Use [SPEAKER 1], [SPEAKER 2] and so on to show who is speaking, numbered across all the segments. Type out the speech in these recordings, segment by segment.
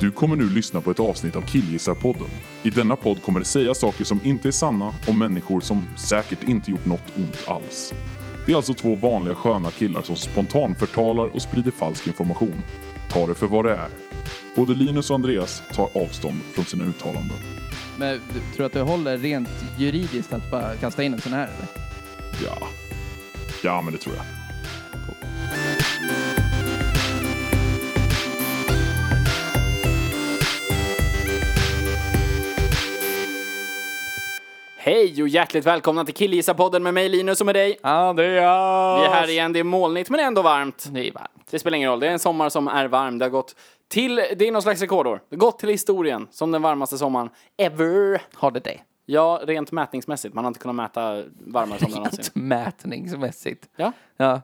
[SPEAKER 1] Du kommer nu lyssna på ett avsnitt av Killgissarpodden. I denna podd kommer det sägas saker som inte är sanna om människor som säkert inte gjort något ont alls. Det är alltså två vanliga sköna killar som spontant förtalar och sprider falsk information. Ta det för vad det är. Både Linus och Andreas tar avstånd från sina uttalanden.
[SPEAKER 2] Men du- tror du att det håller rent juridiskt att bara kasta in en sån här eller?
[SPEAKER 1] Ja. Ja, men det tror jag.
[SPEAKER 3] Hej och hjärtligt välkomna till Killgissarpodden med mig Linus och med dig.
[SPEAKER 2] Andreas!
[SPEAKER 3] Vi är här igen, det är molnigt men ändå varmt. Det är varmt. Det spelar ingen roll, det är en sommar som är varm. Det har gått till, det är någon slags rekordår. Det har gått till historien som den varmaste sommaren ever.
[SPEAKER 2] Har det det?
[SPEAKER 3] Ja, rent mätningsmässigt. Man har inte kunnat mäta varmare sommar någonsin.
[SPEAKER 2] Mätningsmässigt.
[SPEAKER 3] Ja.
[SPEAKER 2] Ja.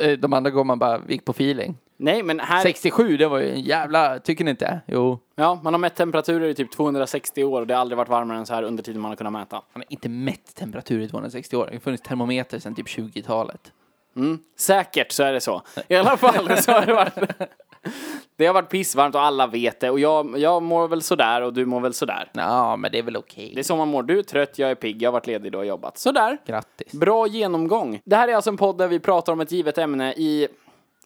[SPEAKER 2] eh, De andra går man bara, gick på feeling.
[SPEAKER 3] Nej, men här...
[SPEAKER 2] 67, det var ju en jävla, tycker ni inte? Jo.
[SPEAKER 3] Ja, man har mätt temperaturer i typ 260 år och det har aldrig varit varmare än så här under tiden man har kunnat mäta.
[SPEAKER 2] Han har inte mätt temperatur i 260 år. Det har funnits termometer sedan typ 20-talet.
[SPEAKER 3] Säkert så är det så. I alla fall så har det varit... Det har varit pissvarmt och alla vet det och jag, jag mår väl sådär och du mår väl sådär.
[SPEAKER 2] Ja, men det är väl okej.
[SPEAKER 3] Det är så man mår. Du är trött, jag är pigg, jag har varit ledig idag och jobbat. Sådär.
[SPEAKER 2] Grattis.
[SPEAKER 3] Bra genomgång. Det här är alltså en podd där vi pratar om ett givet ämne i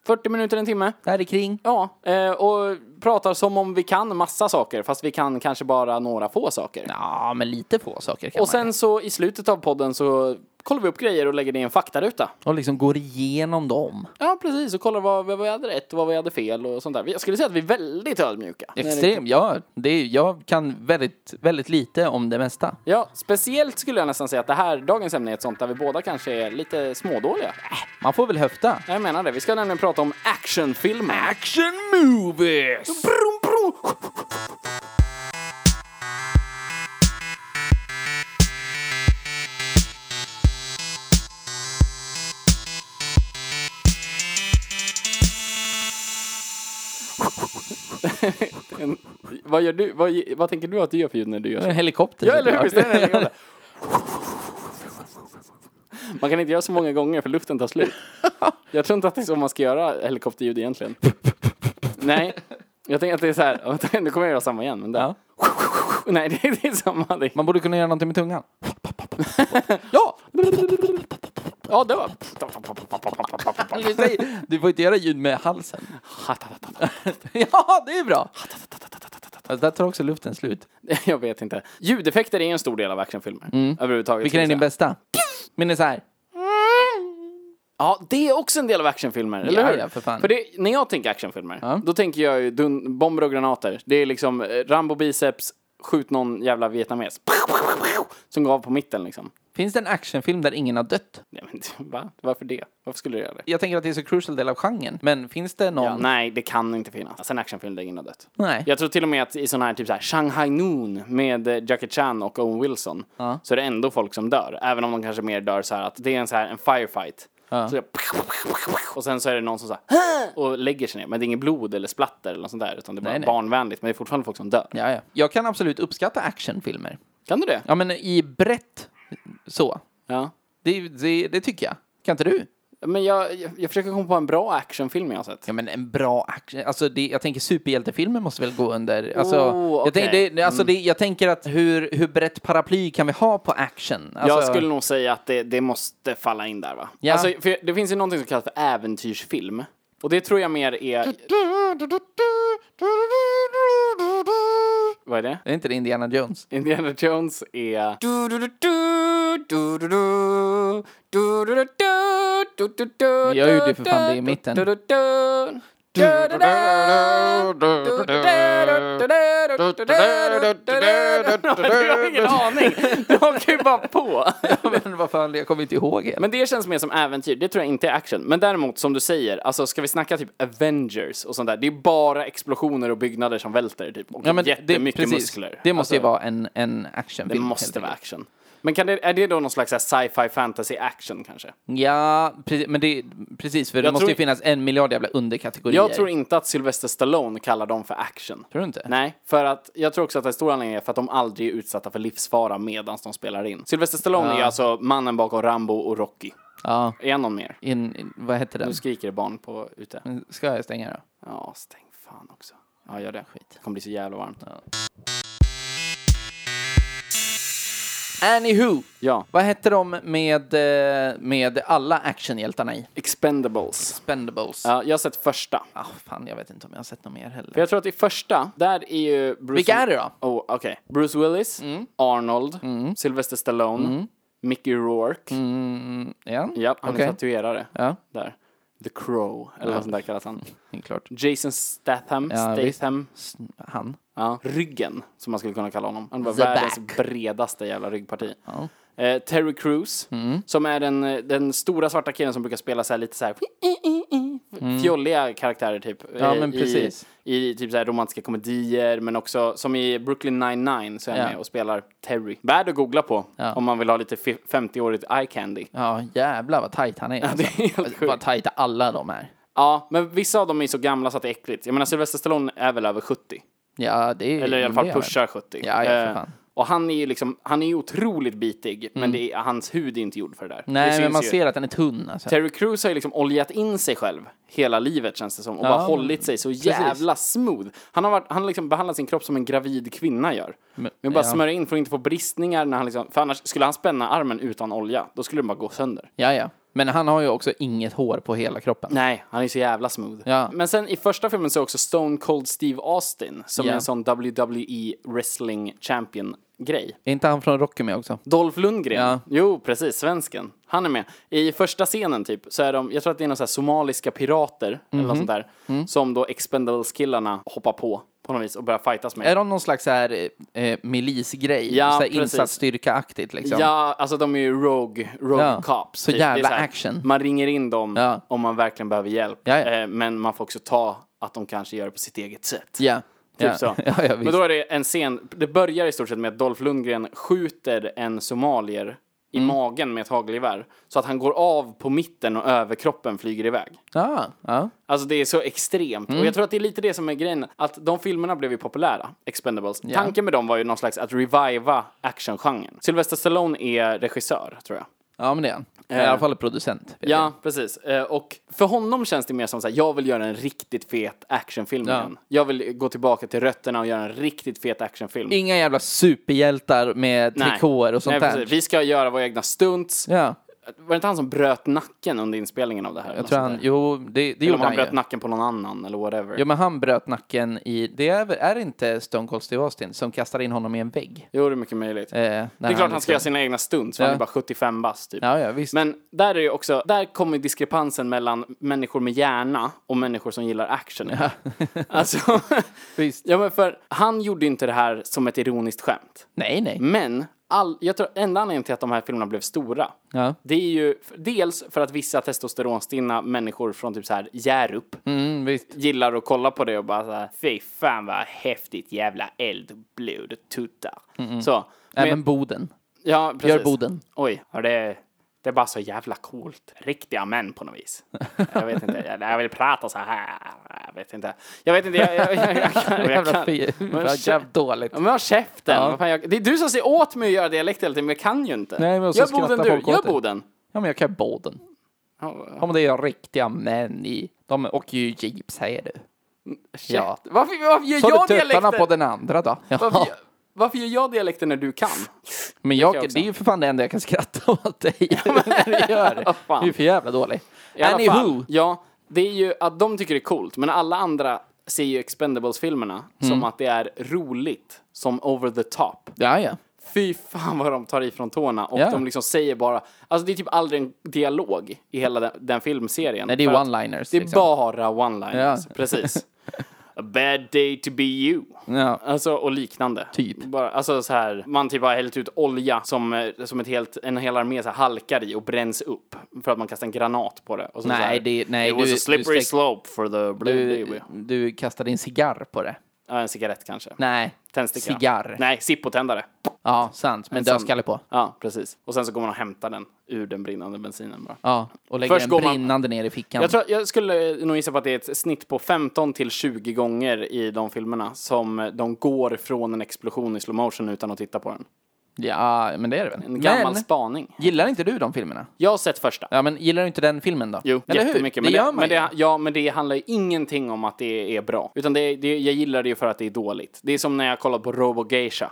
[SPEAKER 3] 40 minuter, en timme.
[SPEAKER 2] Där är kring.
[SPEAKER 3] Ja, eh, och pratar som om vi kan massa saker, fast vi kan kanske bara några få saker.
[SPEAKER 2] Ja, men lite få saker kan
[SPEAKER 3] och
[SPEAKER 2] man.
[SPEAKER 3] sen så i slutet av podden så kollar vi upp grejer och lägger det i en faktaruta.
[SPEAKER 2] Och liksom går igenom dem.
[SPEAKER 3] Ja, precis. Och kollar vad, vad vi hade rätt och vad vi hade fel och sånt där. Jag skulle säga att vi är väldigt ödmjuka.
[SPEAKER 2] Extremt, ja. Det är, jag kan väldigt, väldigt lite om det mesta.
[SPEAKER 3] Ja, speciellt skulle jag nästan säga att det här, dagens ämne är ett sånt där vi båda kanske är lite smådåliga.
[SPEAKER 2] Man får väl höfta.
[SPEAKER 3] Jag menar det. Vi ska nämligen prata om actionfilmer.
[SPEAKER 2] Action movies!
[SPEAKER 3] Brum, brum. En- vad gör du? Vad, ge- vad tänker du att du gör för ljud när du gör så?
[SPEAKER 2] En helikopter.
[SPEAKER 3] Ja, eller hur? Visst är det en helikopter? Man kan inte göra så många gånger för luften tar slut. Jag tror inte att det är så man ska göra helikopterljud egentligen. Nej, jag tänker att det är så här. Nu kommer jag göra samma igen. Men där.
[SPEAKER 2] Ja.
[SPEAKER 3] Nej, det är, det är samma. Det är-
[SPEAKER 2] Man borde kunna göra någonting med tungan. ja!
[SPEAKER 3] Ja, det var...
[SPEAKER 2] Du får inte göra ljud med halsen. ja, det är bra! Alltså, där tar också luften slut.
[SPEAKER 3] Jag vet inte. Ljudeffekter är en stor del av actionfilmer. Överhuvudtaget.
[SPEAKER 2] Mm. Vilken är
[SPEAKER 3] skulle
[SPEAKER 2] din
[SPEAKER 3] jag säga.
[SPEAKER 2] bästa? Min är så här.
[SPEAKER 3] Ja, det är också en del av actionfilmer, eller
[SPEAKER 2] Ja,
[SPEAKER 3] hur?
[SPEAKER 2] ja, för fan.
[SPEAKER 3] det, när jag tänker actionfilmer, då tänker jag ju dun, bomber och granater. Det är liksom eh, Rambo biceps, skjut någon jävla vietnames. Som går av på mitten liksom.
[SPEAKER 2] Finns det en actionfilm där ingen har dött?
[SPEAKER 3] Nej, men, va? Varför det? Varför skulle du göra det?
[SPEAKER 2] Jag tänker att det är så crucial del av genren. Men finns det någon?
[SPEAKER 3] Ja, nej, det kan inte finnas. Alltså en actionfilm där ingen har dött.
[SPEAKER 2] Nej.
[SPEAKER 3] Jag tror till och med att i sån här typ så här Shanghai Noon med eh, Jackie Chan och Owen Wilson så är det ändå folk som dör. Även om de kanske mer dör så här att det är en så här en firefight. Så jag, och sen så är det någon som så här, och lägger sig ner. Men det är inget blod eller splatter eller något sånt där. Utan det är bara
[SPEAKER 2] Nej, nej.
[SPEAKER 3] barnvänligt. Men det är fortfarande folk som dör.
[SPEAKER 2] Ja, ja. Jag kan absolut uppskatta actionfilmer.
[SPEAKER 3] Kan du det?
[SPEAKER 2] Ja, men i brett så.
[SPEAKER 3] Ja.
[SPEAKER 2] Det, det, det tycker jag. Kan inte du?
[SPEAKER 3] Men jag, jag, jag försöker komma på en bra actionfilm jag har sett.
[SPEAKER 2] Ja, men en bra action. Alltså, det, jag tänker superhjältefilmer måste väl gå under. Alltså,
[SPEAKER 3] Oh,
[SPEAKER 2] jag, tänk,
[SPEAKER 3] okej.
[SPEAKER 2] det, det- alltså det, jag tänker att hur, hur brett paraply kan vi ha på action? Alltså,
[SPEAKER 3] jag skulle nog säga att det, det måste falla in där va?
[SPEAKER 2] Ja.
[SPEAKER 3] Alltså, för det finns ju någonting som kallas för äventyrsfilm. Och det tror jag mer är... Vad är det?
[SPEAKER 2] Är inte det Indiana Jones?
[SPEAKER 3] Indiana Jones är...
[SPEAKER 2] jag gjorde ju för fan det i mitten.
[SPEAKER 3] Jag har ingen aning. Jag åker ju bara på.
[SPEAKER 2] men vad fan, jag kommer inte ihåg det.
[SPEAKER 3] Men det känns mer som äventyr, det tror jag inte är action. Men däremot som du säger, alltså ska vi snacka typ Avengers och sånt där, det är bara explosioner och byggnader som välter typ. Och jättemycket
[SPEAKER 2] precis.
[SPEAKER 3] muskler.
[SPEAKER 2] Det måste ju
[SPEAKER 3] Alltså,
[SPEAKER 2] vara en, en actionfilm.
[SPEAKER 3] Det
[SPEAKER 2] helt
[SPEAKER 3] måste vara
[SPEAKER 2] enkelt.
[SPEAKER 3] action. Men kan det, är det då någon slags så här sci-fi fantasy action kanske?
[SPEAKER 2] Ja, precis, men det, precis för det
[SPEAKER 3] Jag
[SPEAKER 2] måste ju
[SPEAKER 3] tror-
[SPEAKER 2] finnas en miljard jävla underkategorier.
[SPEAKER 3] Jag tror inte att Sylvester Stallone kallar dem för action.
[SPEAKER 2] Tror du inte?
[SPEAKER 3] Nej, för att jag tror också att en stor anledning är för att de aldrig är utsatta för livsfara medan de spelar in. Sylvester Stallone är alltså mannen bakom Rambo och Rocky.
[SPEAKER 2] Ja,
[SPEAKER 3] Är han någon mer?
[SPEAKER 2] in, vad heter den?
[SPEAKER 3] Nu skriker det barn på ute.
[SPEAKER 2] Ska jag stänga då?
[SPEAKER 3] Ja, stäng fan också. Ja, gör det.
[SPEAKER 2] Skit.
[SPEAKER 3] Det kommer bli så jävla varmt.
[SPEAKER 2] Anywho.
[SPEAKER 3] Ja.
[SPEAKER 2] Vad hette de med, eh, med alla actionhjältarna i?
[SPEAKER 3] Expendables.
[SPEAKER 2] Spendables.
[SPEAKER 3] Ja, jag har sett första.
[SPEAKER 2] Ah, fan, jag vet inte om jag har sett något mer heller.
[SPEAKER 3] För jag tror att i första, där är ju... Bruce
[SPEAKER 2] Vilka är det Mm. då?
[SPEAKER 3] Oh, okej. Bruce Willis, Arnold,
[SPEAKER 2] Mm.
[SPEAKER 3] Sylvester Stallone, Mickey Rourke.
[SPEAKER 2] Ja,
[SPEAKER 3] Ja, han
[SPEAKER 2] Mm. Okej.
[SPEAKER 3] är tatuerare.
[SPEAKER 2] Ja.
[SPEAKER 3] Där. The Crow, eller vad sånt där kallas han.
[SPEAKER 2] det är klart.
[SPEAKER 3] Jason Statham,
[SPEAKER 2] Ja, visst.
[SPEAKER 3] Statham.
[SPEAKER 2] S- Han.
[SPEAKER 3] Ja. Ryggen, som man skulle kunna kalla honom. Han var
[SPEAKER 2] The
[SPEAKER 3] världens
[SPEAKER 2] back.
[SPEAKER 3] bredaste jävla ryggparti. Eh, Terry Crews,
[SPEAKER 2] Mm.
[SPEAKER 3] som är den, eh, den stora svarta killen som brukar spela så här lite så här fjolliga karaktärer typ.
[SPEAKER 2] Mm. Ja,
[SPEAKER 3] eh,
[SPEAKER 2] men
[SPEAKER 3] i-
[SPEAKER 2] precis.
[SPEAKER 3] I, typ så här romantiska komedier, men också som i Brooklyn 99 så är han
[SPEAKER 2] Ja.
[SPEAKER 3] med och spelar Terry. Värd att googla på
[SPEAKER 2] Ja.
[SPEAKER 3] om man vill ha lite fi- 50-årigt eye candy.
[SPEAKER 2] Ja, jävlar vad tajt han är. Alltså.
[SPEAKER 3] det är helt
[SPEAKER 2] vad
[SPEAKER 3] sjukt.
[SPEAKER 2] tajta alla de är.
[SPEAKER 3] Ja, men vissa av dem är så gamla så att det är äckligt. Jag menar Sylvester Stallone är väl över 70?
[SPEAKER 2] Ja, det är
[SPEAKER 3] Eller i alla
[SPEAKER 2] det
[SPEAKER 3] fall
[SPEAKER 2] är väl-
[SPEAKER 3] pushar 70.
[SPEAKER 2] Ja, ja, för
[SPEAKER 3] Eh,
[SPEAKER 2] fan. Mm.
[SPEAKER 3] Och han är ju liksom, han är ju otroligt bitig, men det är, hans hud är inte gjord för det där. det
[SPEAKER 2] Nej,
[SPEAKER 3] syns
[SPEAKER 2] men man
[SPEAKER 3] ju.
[SPEAKER 2] ser att den är tunn. Alltså.
[SPEAKER 3] Terry Crews har ju liksom oljat in sig själv hela livet känns det som och
[SPEAKER 2] Ja,
[SPEAKER 3] bara
[SPEAKER 2] men-
[SPEAKER 3] hållit sig så jävla smooth. Han har, varit, han har liksom behandlat sin kropp som en gravid kvinna gör. Men, bara
[SPEAKER 2] ja.
[SPEAKER 3] smörja in för att inte få bristningar när han liksom, för annars skulle han spänna armen utan olja, då skulle den bara gå sönder.
[SPEAKER 2] Ja, ja. Men han har ju också inget hår på hela kroppen.
[SPEAKER 3] Nej, han är så jävla smooth.
[SPEAKER 2] Ja.
[SPEAKER 3] Men sen i första filmen så är också Stone Cold Steve Austin som
[SPEAKER 2] Ja.
[SPEAKER 3] är en sån WWE wrestling champion grej.
[SPEAKER 2] Är inte han från Rocky med också?
[SPEAKER 3] Dolph Lundgren.
[SPEAKER 2] Ja.
[SPEAKER 3] Jo, precis. Svensken. Han är med. I första scenen typ, så är de, jag tror att det är några så här somaliska pirater eller
[SPEAKER 2] Mhm.
[SPEAKER 3] något sånt där,
[SPEAKER 2] Mm.
[SPEAKER 3] som då Expendables-killarna hoppar på på något vis och börjar fightas med.
[SPEAKER 2] Är de någon slags så här, eh, milisgrej?
[SPEAKER 3] Ja,
[SPEAKER 2] så här
[SPEAKER 3] precis.
[SPEAKER 2] insatsstyrka-aktigt liksom?
[SPEAKER 3] Ja, alltså de är ju rogue, rogue
[SPEAKER 2] Ja.
[SPEAKER 3] cops.
[SPEAKER 2] Så
[SPEAKER 3] typ. Det är
[SPEAKER 2] jävla
[SPEAKER 3] så här,
[SPEAKER 2] action.
[SPEAKER 3] Man ringer in dem
[SPEAKER 2] Ja.
[SPEAKER 3] om man verkligen behöver hjälp.
[SPEAKER 2] Ja, ja.
[SPEAKER 3] Eh, Men man får också ta att de kanske gör det på sitt eget sätt.
[SPEAKER 2] Ja.
[SPEAKER 3] Typ
[SPEAKER 2] ja.
[SPEAKER 3] så.
[SPEAKER 2] Ja, ja,
[SPEAKER 3] Men
[SPEAKER 2] visst.
[SPEAKER 3] då är det en scen, det börjar i stort sett med att Dolph Lundgren skjuter en somalier i
[SPEAKER 2] Mm.
[SPEAKER 3] magen med ett hagelgevär. Så att han går av på mitten och överkroppen flyger iväg.
[SPEAKER 2] Ja, ja.
[SPEAKER 3] Alltså det är så extremt.
[SPEAKER 2] Mm.
[SPEAKER 3] Och jag tror att det är lite det som är grejen, att de filmerna blev ju populära, Expendables. Tanken med dem var ju någon slags att reviva actiongenren. Sylvester Stallone är regissör, tror jag.
[SPEAKER 2] ja, men det är han. I
[SPEAKER 3] Eh.
[SPEAKER 2] alla fall producent. vet jag.
[SPEAKER 3] Ja, precis. Eh, Och för honom känns det mer som så här, jag vill göra en riktigt fet actionfilm
[SPEAKER 2] Ja.
[SPEAKER 3] igen. Jag vill gå tillbaka till rötterna och göra en riktigt fet actionfilm.
[SPEAKER 2] Inga jävla superhjältar med
[SPEAKER 3] Nej.
[SPEAKER 2] trikåer och sånt
[SPEAKER 3] Nej,
[SPEAKER 2] där.
[SPEAKER 3] precis. Vi ska göra våra egna stunts.
[SPEAKER 2] Ja,
[SPEAKER 3] Var det inte han som bröt nacken under inspelningen av det här?
[SPEAKER 2] jag tror han, jo, det, det
[SPEAKER 3] Eller om
[SPEAKER 2] gjorde
[SPEAKER 3] han
[SPEAKER 2] han
[SPEAKER 3] bröt
[SPEAKER 2] ju.
[SPEAKER 3] nacken på någon annan eller whatever.
[SPEAKER 2] Jo, men han bröt nacken i, det är, väl- är det inte Stone Cold Steve Austin som kastar in honom i en vägg?
[SPEAKER 3] Jo, det är mycket möjligt.
[SPEAKER 2] Eh, när
[SPEAKER 3] det är klart han
[SPEAKER 2] liksom-
[SPEAKER 3] ska göra sina egna stunts, för
[SPEAKER 2] Ja.
[SPEAKER 3] han är bara 75 bast typ.
[SPEAKER 2] Ja, ja, visst.
[SPEAKER 3] Men där är ju också, där kommer diskrepansen mellan människor med hjärna och människor som gillar action. alltså,
[SPEAKER 2] Visst.
[SPEAKER 3] ja men för han gjorde ju inte det här som ett ironiskt skämt.
[SPEAKER 2] Nej, nej.
[SPEAKER 3] Men all, jag tror enda anledningen till att de här filmerna blev stora,
[SPEAKER 2] Ja.
[SPEAKER 3] det är ju f- dels för att vissa testosteronstinna människor från typ så här Hjärup
[SPEAKER 2] Mm, visst.
[SPEAKER 3] gillar att kolla på det och bara så här, fy fan vad häftigt jävla eld, blod och tuttar. Så. men-
[SPEAKER 2] Även Boden.
[SPEAKER 3] ja, precis.
[SPEAKER 2] Gör Boden.
[SPEAKER 3] Oj, ja, det, det är bara så jävla coolt. Riktiga män på något vis. Jag vet inte, jag, jag vill prata så här. Jag vet inte. Jag vet inte, jag, jag, jag, jag, jag, kan- jag,
[SPEAKER 2] Jävla
[SPEAKER 3] kan-
[SPEAKER 2] fi...
[SPEAKER 3] Men
[SPEAKER 2] Vad Jävla dåligt.
[SPEAKER 3] Ja, Men håll käften!
[SPEAKER 2] Ja.
[SPEAKER 3] Vad fan, jag, det är du som säger åt mig att göra dialekt hela tiden, men jag kan ju inte.
[SPEAKER 2] Nej, men så
[SPEAKER 3] gör
[SPEAKER 2] skrattar
[SPEAKER 3] Boden du,
[SPEAKER 2] folk åt
[SPEAKER 3] gör
[SPEAKER 2] dig.
[SPEAKER 3] Boden!
[SPEAKER 2] Ja, men jag kan Boden. Ja, men det är riktiga män i... De åker ju jeep, säger du. Ja.
[SPEAKER 3] Ja. Varför, varför gör
[SPEAKER 2] Så har
[SPEAKER 3] jag
[SPEAKER 2] du tuttarna
[SPEAKER 3] dialekten?
[SPEAKER 2] på den andra då?
[SPEAKER 3] varför,
[SPEAKER 2] Ja.
[SPEAKER 3] gör- varför gör jag dialekten när du kan?
[SPEAKER 2] Men jag,
[SPEAKER 3] kan jag också.
[SPEAKER 2] det är ju för fan det enda jag kan skratta åt dig. när du gör.
[SPEAKER 3] Vad fan.
[SPEAKER 2] det är ju för jävla dålig.
[SPEAKER 3] I alla
[SPEAKER 2] Anywho.
[SPEAKER 3] fall, ja, det är ju att de tycker det är coolt, men alla andra ser ju Expendables-filmerna som
[SPEAKER 2] Mm.
[SPEAKER 3] att det är roligt, som over the top.
[SPEAKER 2] Ja, ja.
[SPEAKER 3] Fy fan vad de tar ifrån tårna och
[SPEAKER 2] Ja.
[SPEAKER 3] de liksom säger bara, alltså det är typ aldrig en dialog i hela den, den filmserien.
[SPEAKER 2] Nej, det är
[SPEAKER 3] För att
[SPEAKER 2] one-liners,
[SPEAKER 3] Det är
[SPEAKER 2] liksom.
[SPEAKER 3] bara one-liners,
[SPEAKER 2] Ja.
[SPEAKER 3] precis. A bad day to be you.
[SPEAKER 2] Ja.
[SPEAKER 3] Alltså, och liknande.
[SPEAKER 2] Typ.
[SPEAKER 3] Bara, alltså så här, man typ har hällt ut olja som, eh, som ett helt, en hel armé så här, halkar i och bränns upp. För att man kastar en granat på det. Och så
[SPEAKER 2] Nej,
[SPEAKER 3] så här,
[SPEAKER 2] det- nej,
[SPEAKER 3] It
[SPEAKER 2] du-
[SPEAKER 3] was a
[SPEAKER 2] du
[SPEAKER 3] slippery
[SPEAKER 2] sträck-
[SPEAKER 3] slope for the blue
[SPEAKER 2] Du,
[SPEAKER 3] baby.
[SPEAKER 2] du kastade en cigarr på det.
[SPEAKER 3] Ja, en cigarett kanske.
[SPEAKER 2] Nej.
[SPEAKER 3] Tändsticka.
[SPEAKER 2] Cigarr.
[SPEAKER 3] Nej, sippotändare.
[SPEAKER 2] Ja, sant. Men
[SPEAKER 3] En sån-
[SPEAKER 2] dödskalle på.
[SPEAKER 3] Ja, precis. Och sen så går man och hämtar den ur den brinnande bensinen bara.
[SPEAKER 2] Ja, och lägger
[SPEAKER 3] Först
[SPEAKER 2] den
[SPEAKER 3] går man-
[SPEAKER 2] brinnande ner i fickan.
[SPEAKER 3] Jag, tror, jag skulle nog gissa på att det är ett snitt på 15 till 20 gånger i de filmerna som de går från en explosion i slow motion utan att titta på den.
[SPEAKER 2] Ja, men det är det väl?
[SPEAKER 3] En gammal
[SPEAKER 2] men,
[SPEAKER 3] spaning.
[SPEAKER 2] gillar inte du de filmerna?
[SPEAKER 3] Jag har sett första.
[SPEAKER 2] Ja, men gillar du inte den filmen då?
[SPEAKER 3] Jo,
[SPEAKER 2] Eller
[SPEAKER 3] jättemycket.
[SPEAKER 2] Hur?
[SPEAKER 3] Men
[SPEAKER 2] det gör man
[SPEAKER 3] men
[SPEAKER 2] ju.
[SPEAKER 3] det, Ja, men det handlar ju ingenting om att det är bra. Utan det, det, jag gillar det ju för att det är dåligt. Det är som när jag kollar på Robogeisha.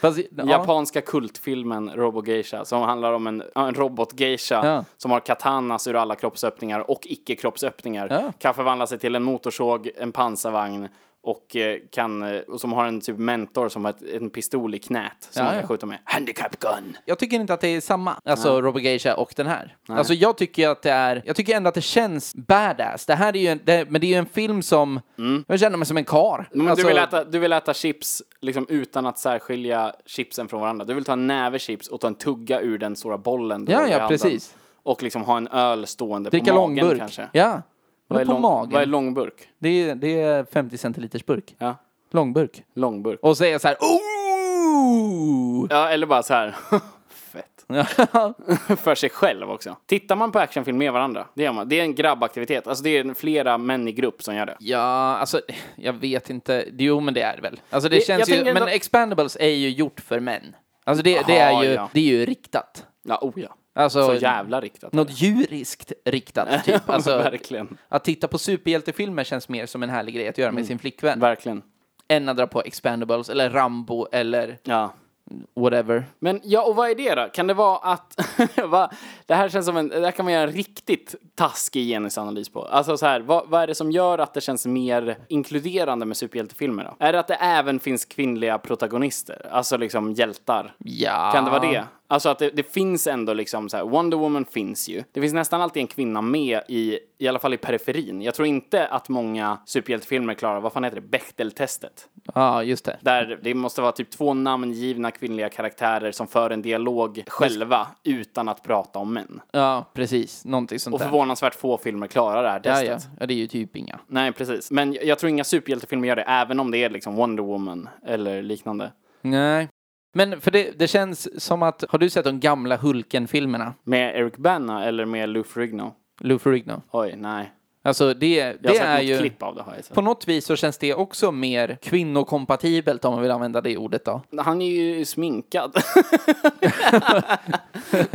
[SPEAKER 2] Fast, ja.
[SPEAKER 3] Japanska kultfilmen Robogeisha som handlar om en, en robotgeisha
[SPEAKER 2] Ja.
[SPEAKER 3] som har katanas ur alla kroppsöppningar och icke-kroppsöppningar.
[SPEAKER 2] Ja.
[SPEAKER 3] Kan förvandla sig till en motorsåg, en pansarvagn och eh, kan, eh, och som har en typ mentor som har ett, en pistol i knät som
[SPEAKER 2] Ja,
[SPEAKER 3] man kan
[SPEAKER 2] ja.
[SPEAKER 3] skjuta med. Handicap gun!
[SPEAKER 2] Jag tycker inte att det är samma, alltså Robogeisha och den här. Alltså jag tycker att det är, jag tycker ändå att det känns badass. Det här är ju, en, det, men det är ju en film som, jag känner mig som en kar.
[SPEAKER 3] Mm. Men
[SPEAKER 2] alltså,
[SPEAKER 3] du, vill äta, du vill äta chips liksom, utan att särskilja chipsen från varandra. Du vill ta en näve chips och ta en tugga ur den stora bollen. du
[SPEAKER 2] Ja,
[SPEAKER 3] håller i
[SPEAKER 2] ja,
[SPEAKER 3] handen.
[SPEAKER 2] precis.
[SPEAKER 3] Och liksom ha en öl stående
[SPEAKER 2] dricka
[SPEAKER 3] på magen
[SPEAKER 2] långburk.
[SPEAKER 3] kanske.
[SPEAKER 2] Ja. Vad är på
[SPEAKER 3] lång-
[SPEAKER 2] magen.
[SPEAKER 3] Vad är långburk?
[SPEAKER 2] det, är, det är 50 centiliters burk.
[SPEAKER 3] Ja,
[SPEAKER 2] Långburk.
[SPEAKER 3] långburk.
[SPEAKER 2] Och så är jag så här, oh!
[SPEAKER 3] Ja, eller bara så här. Fett.
[SPEAKER 2] Ja.
[SPEAKER 3] För sig själv också. Tittar man på actionfilm med varandra, det gör man. Det är en grabbaktivitet. Alltså det är en- flera män i grupp som gör det.
[SPEAKER 2] Ja, alltså jag vet inte. Jo, men det är det väl. Alltså det
[SPEAKER 3] Det- jag
[SPEAKER 2] känns ju,
[SPEAKER 3] tänker
[SPEAKER 2] men
[SPEAKER 3] ändå-
[SPEAKER 2] Expendables är ju gjort för män. Alltså det, det, är,
[SPEAKER 3] Aha,
[SPEAKER 2] ju,
[SPEAKER 3] ja.
[SPEAKER 2] det är ju riktat.
[SPEAKER 3] Ja, oh ja.
[SPEAKER 2] Alltså,
[SPEAKER 3] Så jävla riktat.
[SPEAKER 2] Något djuriskt riktat, typ. Alltså,
[SPEAKER 3] verkligen.
[SPEAKER 2] Att titta på superhjältefilmer känns mer som en härlig grej att göra med sin flickvän.
[SPEAKER 3] Verkligen.
[SPEAKER 2] Än att dra på Expendables eller Rambo eller
[SPEAKER 3] Ja.
[SPEAKER 2] whatever.
[SPEAKER 3] Men ja, och vad är det då? Kan det vara att... va? Det här känns som en... Det här kan man göra en riktigt taskig genusanalys på. Alltså så här, vad, vad är det som gör att det känns mer inkluderande med superhjältefilmer då? Är det att det även finns kvinnliga protagonister? Alltså liksom hjältar?
[SPEAKER 2] Ja.
[SPEAKER 3] Kan det vara det? Alltså att det, det finns ändå liksom så här, Wonder Woman finns ju. Det finns nästan alltid en kvinna med i, i alla fall i periferin. Jag tror inte att många superhjältefilmer klarar, vad fan heter det, Bechteltestet.
[SPEAKER 2] Ja, just det.
[SPEAKER 3] Där det måste vara typ två namngivna kvinnliga karaktärer som för en dialog själva utan att prata om män.
[SPEAKER 2] Ja, precis. Någonting sånt
[SPEAKER 3] Och
[SPEAKER 2] där.
[SPEAKER 3] förvånansvärt få filmer klarar det här
[SPEAKER 2] Ja,
[SPEAKER 3] testet.
[SPEAKER 2] ja. ja, det är ju typ inga.
[SPEAKER 3] Nej, precis. Men jag- jag tror inga superhjältefilmer gör det, även om det är liksom Wonder Woman eller liknande.
[SPEAKER 2] Nej. Men för det, det känns som att, har du sett de gamla Hulken-filmerna?
[SPEAKER 3] Med Eric Bana eller med Lou Ferrigno?
[SPEAKER 2] Lou Ferrigno.
[SPEAKER 3] Oj, nej.
[SPEAKER 2] Alltså det,
[SPEAKER 3] Jag
[SPEAKER 2] det
[SPEAKER 3] har
[SPEAKER 2] är
[SPEAKER 3] sett något
[SPEAKER 2] ju...
[SPEAKER 3] klipp av det har jag sett.
[SPEAKER 2] På något vis så känns det också mer kvinnokompatibelt om man vill använda det ordet då.
[SPEAKER 3] Han är ju sminkad.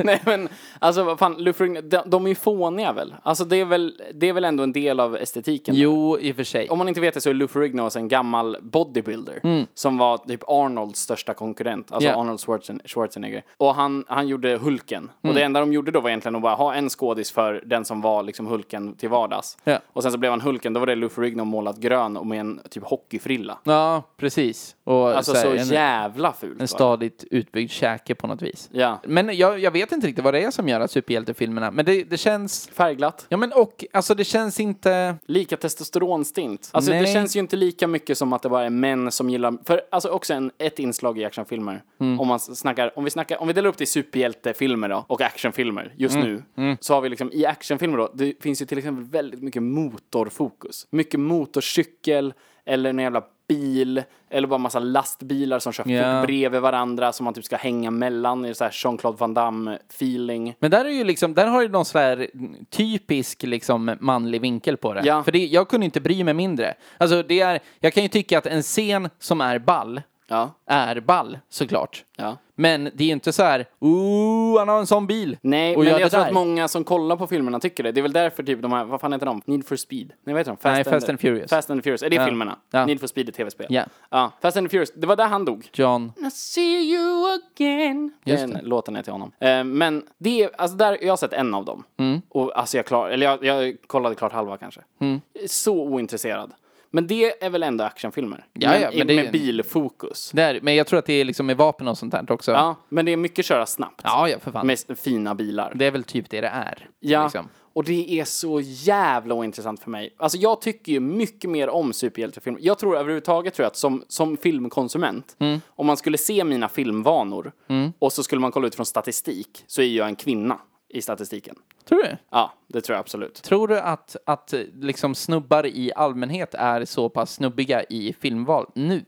[SPEAKER 3] Nej men, alltså vad fan, Lou Ferrigno, de, de är ju fåniga väl? Alltså det är väl, det är väl ändå en del av estetiken?
[SPEAKER 2] Jo, i och för sig.
[SPEAKER 3] Om man inte vet det så är Lou Ferrigno alltså en gammal bodybuilder som var typ Arnolds största konkurrent, alltså
[SPEAKER 2] Mm. Ja.
[SPEAKER 3] Arnold Schwarzen- Schwarzenegger. Och han, han gjorde Hulken.
[SPEAKER 2] Mm.
[SPEAKER 3] Och det enda de gjorde då var egentligen att bara ha en skådis för den som var liksom Hulken till vardags.
[SPEAKER 2] Ja.
[SPEAKER 3] Och sen så blev han Hulken, då var det Lou Ferrigno målad grön och med en typ hockeyfrilla.
[SPEAKER 2] Ja, precis. Och
[SPEAKER 3] Alltså
[SPEAKER 2] här,
[SPEAKER 3] så
[SPEAKER 2] en,
[SPEAKER 3] jävla fult.
[SPEAKER 2] en
[SPEAKER 3] va?
[SPEAKER 2] stadigt utbyggd käke på något vis.
[SPEAKER 3] Ja.
[SPEAKER 2] Men jag, jag vet inte riktigt vad det är som gör att superhjältefilmerna, men det, det känns...
[SPEAKER 3] Färgglatt.
[SPEAKER 2] Ja men och, alltså det känns inte...
[SPEAKER 3] Lika testosteronstint. Alltså det
[SPEAKER 2] Nej.
[SPEAKER 3] känns ju inte lika mycket som att det bara är män som gillar... För alltså också en, ett inslag i actionfilmer.
[SPEAKER 2] Mm.
[SPEAKER 3] Om, man snackar, om, vi snackar, om vi delar upp det i superhjältefilmer då, och actionfilmer just
[SPEAKER 2] Mm.
[SPEAKER 3] nu. Så har vi liksom i actionfilmer då, det finns ju till exempel väldigt mycket motorfokus. Mycket motorcykel eller en jävla bil eller bara massa lastbilar som kör
[SPEAKER 2] Ja.
[SPEAKER 3] fort bredvid varandra som man typ ska hänga mellan i så här Jean-Claude Van Damme-feeling.
[SPEAKER 2] Men där är ju liksom, där har ju någon sån här typisk liksom manlig vinkel på det.
[SPEAKER 3] Ja.
[SPEAKER 2] För det, jag kunde inte bry mig mindre. Alltså det är, jag kan ju tycka att en scen som är ball,
[SPEAKER 3] Ja.
[SPEAKER 2] är ball såklart.
[SPEAKER 3] Ja.
[SPEAKER 2] Men det är ju inte så här, ooh, han har en sån bil.
[SPEAKER 3] Nej,
[SPEAKER 2] och
[SPEAKER 3] men
[SPEAKER 2] gör det
[SPEAKER 3] jag tror
[SPEAKER 2] där."
[SPEAKER 3] att många som kollar på filmerna tycker det. Det är väl därför typ de här, vad fan heter de? Need for speed? Nej, vad heter de? Fast,
[SPEAKER 2] Nej, Fast and Furious.
[SPEAKER 3] Fast and Furious, är det filmerna?
[SPEAKER 2] Ja.
[SPEAKER 3] Need for speed är tv-spel.
[SPEAKER 2] Ja.
[SPEAKER 3] ja. Fast and Furious, det var där han dog.
[SPEAKER 2] John,
[SPEAKER 3] I see you again.
[SPEAKER 2] Just
[SPEAKER 3] Den
[SPEAKER 2] det.
[SPEAKER 3] låten är till honom. Eh, men det är, alltså där, jag har sett en av dem.
[SPEAKER 2] Mm.
[SPEAKER 3] Och alltså jag klar, eller jag, jag kollade klart halva kanske. Så ointresserad. Men det är väl ändå actionfilmer?
[SPEAKER 2] Ja, ja, men det är
[SPEAKER 3] med
[SPEAKER 2] ju en-
[SPEAKER 3] bilfokus.
[SPEAKER 2] det är, men jag tror att det är liksom med vapen och sånt där också.
[SPEAKER 3] Ja, men det är mycket köra snabbt.
[SPEAKER 2] ja, ja, för fan.
[SPEAKER 3] Med s- fina bilar.
[SPEAKER 2] Det är väl typ det det är.
[SPEAKER 3] Ja,
[SPEAKER 2] Liksom.
[SPEAKER 3] och det är så jävla ointressant för mig. Alltså jag tycker ju mycket mer om superhjältefilmer. Jag tror överhuvudtaget tror jag att som, som filmkonsument, om man skulle se mina filmvanor och så skulle man kolla ut från statistik så är jag en kvinna i statistiken.
[SPEAKER 2] Tror du?
[SPEAKER 3] Ja, det tror jag absolut.
[SPEAKER 2] Tror du att, att liksom snubbar i allmänhet är så pass snubbiga i filmval nu?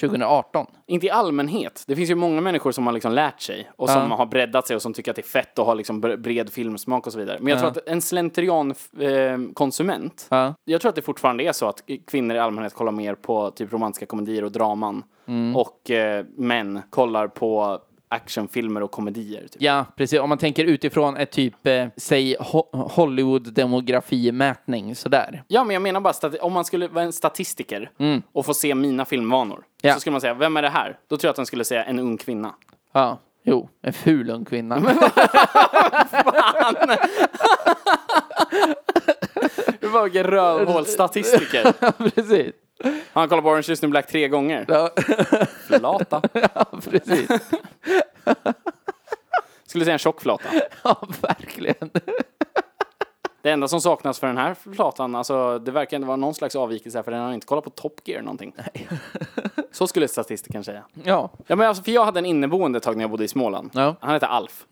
[SPEAKER 2] 2018.
[SPEAKER 3] Inte i allmänhet. Det finns ju många människor som har liksom lärt sig och som har breddat sig och som tycker att det är fett och har liksom bre- bred filmsmak och så vidare. Men jag tror att en eh, slentrian-konsument,
[SPEAKER 2] Ja.
[SPEAKER 3] jag tror att det fortfarande är så att kvinnor i allmänhet kollar mer på typ romantiska komedier och draman
[SPEAKER 2] Mm.
[SPEAKER 3] och eh, män kollar på actionfilmer och komedier. Typ.
[SPEAKER 2] Ja, precis. Om man tänker utifrån ett typ, eh, säg Ho- Hollywood-demografimätning sådär.
[SPEAKER 3] Ja, men jag menar bara stati- om man skulle vara en statistiker och få se mina filmvanor
[SPEAKER 2] Mm. Ja.
[SPEAKER 3] så skulle man säga, vem är det här? Då tror jag att den skulle säga en ung kvinna.
[SPEAKER 2] Ja, jo, en ful ung kvinna.
[SPEAKER 3] Du var vilken rövhålsstatistiker.
[SPEAKER 2] precis.
[SPEAKER 3] Han kollar på Orange is the New Black tre gånger.
[SPEAKER 2] Ja.
[SPEAKER 3] Flata.
[SPEAKER 2] ja, precis.
[SPEAKER 3] Skulle säga en tjock flata.
[SPEAKER 2] Ja, verkligen.
[SPEAKER 3] Det enda som saknas för den här flatan, alltså det verkar inte vara någon slags avvikelse här, för den har inte kollat på Top Gear någonting. Så skulle statistiken säga.
[SPEAKER 2] Ja,
[SPEAKER 3] Ja, men alltså, för jag hade en inneboende ett tag när jag bodde i Småland.
[SPEAKER 2] Ja. Mm.
[SPEAKER 3] Han hette Alf.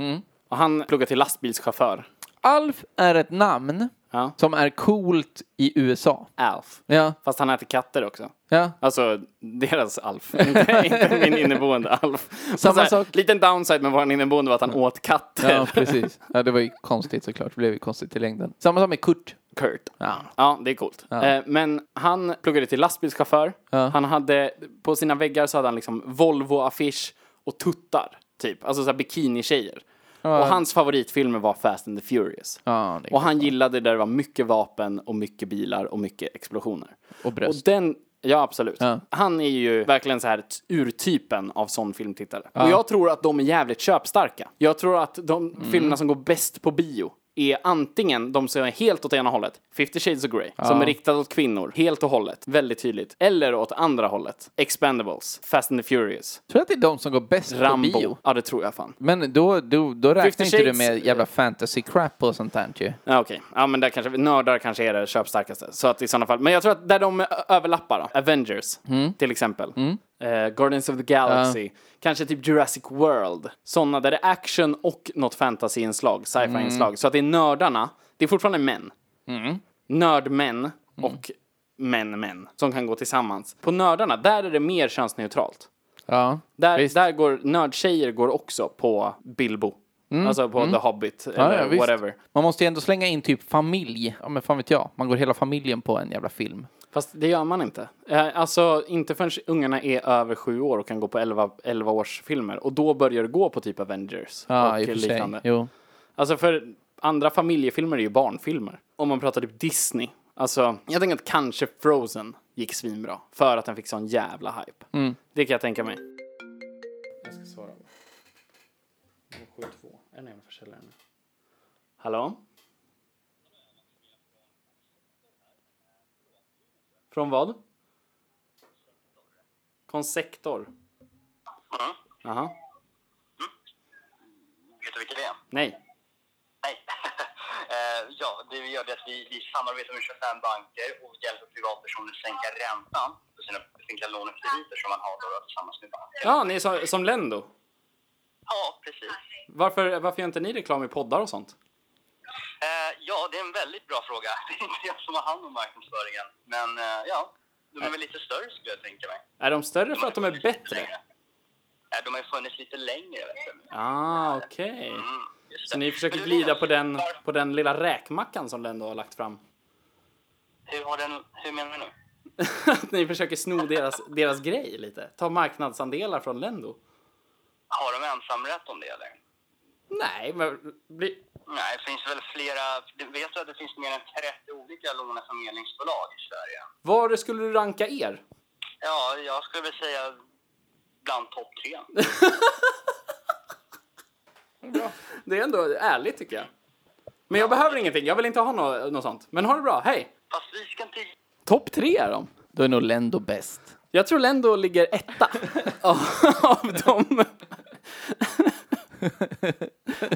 [SPEAKER 3] Och han pluggade till lastbilschaufför.
[SPEAKER 2] Alf är ett namn
[SPEAKER 3] Ja.
[SPEAKER 2] som är coolt i USA.
[SPEAKER 3] Alf.
[SPEAKER 2] Ja,
[SPEAKER 3] Fast han äter katter också.
[SPEAKER 2] ja.
[SPEAKER 3] Alltså deras Alf, inte, inte min inneboende Alf. Men
[SPEAKER 2] Samma
[SPEAKER 3] så här,
[SPEAKER 2] sak. Mm.
[SPEAKER 3] Liten downside med vår inneboende var att han åt katter.
[SPEAKER 2] Ja, precis. Ja, det var ju konstigt såklart. Det blev ju konstigt i längden. Samma sak med Kurt.
[SPEAKER 3] Kurt.
[SPEAKER 2] Ja.
[SPEAKER 3] Ja, det är coolt. Eh, men han pluggade till lastbilschaufför. Han hade, på sina väggar så hade han liksom Volvo-affisch och tuttar. Typ, alltså såhär bikinitjejer. Och hans favoritfilmer var Fast and the Furious.
[SPEAKER 2] Ja, det är
[SPEAKER 3] och han gillade där det var mycket vapen och mycket bilar och mycket explosioner.
[SPEAKER 2] Och bröst.
[SPEAKER 3] Och den, ja absolut. Han är ju verkligen så här t- urtypen av sån filmtittare. Och jag tror att de är jävligt köpstarka. Jag tror att de
[SPEAKER 2] Mm.
[SPEAKER 3] filmerna som går bäst på bio är antingen de som är helt åt ena hållet, 50 shades of Grey, som är riktad åt kvinnor, helt och hållet, väldigt tydligt. Eller åt andra hållet, Expendables, Fast and the Furious,
[SPEAKER 2] Tror du att det är de som går bäst på bio?
[SPEAKER 3] Rambo. Ja, det tror jag fan.
[SPEAKER 2] Men då, då, då räknar
[SPEAKER 3] 50
[SPEAKER 2] inte du
[SPEAKER 3] Shades.
[SPEAKER 2] med jävla fantasy-crap och sånt där ju.
[SPEAKER 3] Ja, okej. Ja, men där kanske, nördar kanske är det köpstarkaste. Så att i sådana fall. Men jag tror att där de ö- överlappar då, Avengers
[SPEAKER 2] Mm.
[SPEAKER 3] till exempel. Eh, Guardians of the Galaxy. Kanske typ Jurassic World. Sådana där det är action och något fantasy-inslag, sci-fi-inslag.
[SPEAKER 2] Mm.
[SPEAKER 3] Så att det är nördarna, det är fortfarande män.
[SPEAKER 2] Mm.
[SPEAKER 3] Nördmän och män-män som kan gå tillsammans. På nördarna, där är det mer könsneutralt.
[SPEAKER 2] Ja.
[SPEAKER 3] Där, där går, nördtjejer går också på Bilbo. Alltså på The Hobbit
[SPEAKER 2] Mm. Ja,
[SPEAKER 3] eller
[SPEAKER 2] ja, visst.
[SPEAKER 3] whatever.
[SPEAKER 2] Man måste ju ändå slänga in typ familj. Ja, men fan vet jag. Man går hela familjen på en jävla film.
[SPEAKER 3] Fast det gör man inte. Eh, Alltså inte förrän ungarna är över sju år och kan gå på 11, 11 års filmer. Och då börjar det gå på typ Avengers
[SPEAKER 2] Ja,
[SPEAKER 3] och
[SPEAKER 2] i och för sig.
[SPEAKER 3] liknande.
[SPEAKER 2] Jo.
[SPEAKER 3] Alltså för andra familjefilmer är ju barnfilmer. Om man pratar typ Disney. Alltså jag tänker att kanske Frozen gick svinbra. För att den fick sån jävla hype. Det kan jag tänka mig. Jag ska svara. 72. Är det en försäljare nu? Hallå? Från vad? Konsektor. Aha.
[SPEAKER 4] Vet du vilka det är?
[SPEAKER 3] Nej.
[SPEAKER 4] Nej. Eh, ja, det vi gör det är att vi, vi samarbetar med 25 banker och hjälper privatpersoner att sänka räntan på sina befintliga lån och krediter som man har då tillsammans med banken.
[SPEAKER 3] Ja, ni är som, som Lendo.
[SPEAKER 4] Ja, precis.
[SPEAKER 3] Varför, varför gör inte ni reklam i poddar och sånt?
[SPEAKER 4] Eh, ja, det är en väldigt bra fråga. Det är inte jag som har hand om marknadsföringen. Men eh, ja, de är väl lite större skulle jag tänka mig.
[SPEAKER 3] Är de större för att de
[SPEAKER 4] har
[SPEAKER 3] är
[SPEAKER 4] funnits lite
[SPEAKER 3] bättre?
[SPEAKER 4] längre. Eh, de har ju funnits lite längre. Vet du.
[SPEAKER 3] Ah, okej.
[SPEAKER 4] Mm, just
[SPEAKER 3] Så
[SPEAKER 4] det.
[SPEAKER 3] ni försöker
[SPEAKER 4] Men du,
[SPEAKER 3] glida på den,
[SPEAKER 4] var-
[SPEAKER 3] på den lilla räkmackan som Lendo har lagt fram?
[SPEAKER 4] Hur, har den, hur menar du nu?
[SPEAKER 3] Att ni försöker sno deras, deras grej lite? Ta marknadsandelar från Lendo?
[SPEAKER 4] Har de ensamrätt om det eller?
[SPEAKER 3] Nej, men... Bli...
[SPEAKER 4] Nej, det finns väl flera. du Vet du att det finns mer än 30 olika låneförmedlingsbolag i Sverige?
[SPEAKER 3] Var skulle du ranka er?
[SPEAKER 4] Ja, jag skulle väl säga bland topp tre.
[SPEAKER 3] Det är ändå ärligt, tycker jag. Men jag behöver ingenting. Jag vill inte ha något, något sånt. Men ha det bra. Hej!
[SPEAKER 4] Fast vi ska inte...
[SPEAKER 3] Topp tre är de.
[SPEAKER 2] Då är nog Lendo bäst.
[SPEAKER 3] Jag tror Lendo ligger etta av, av dem.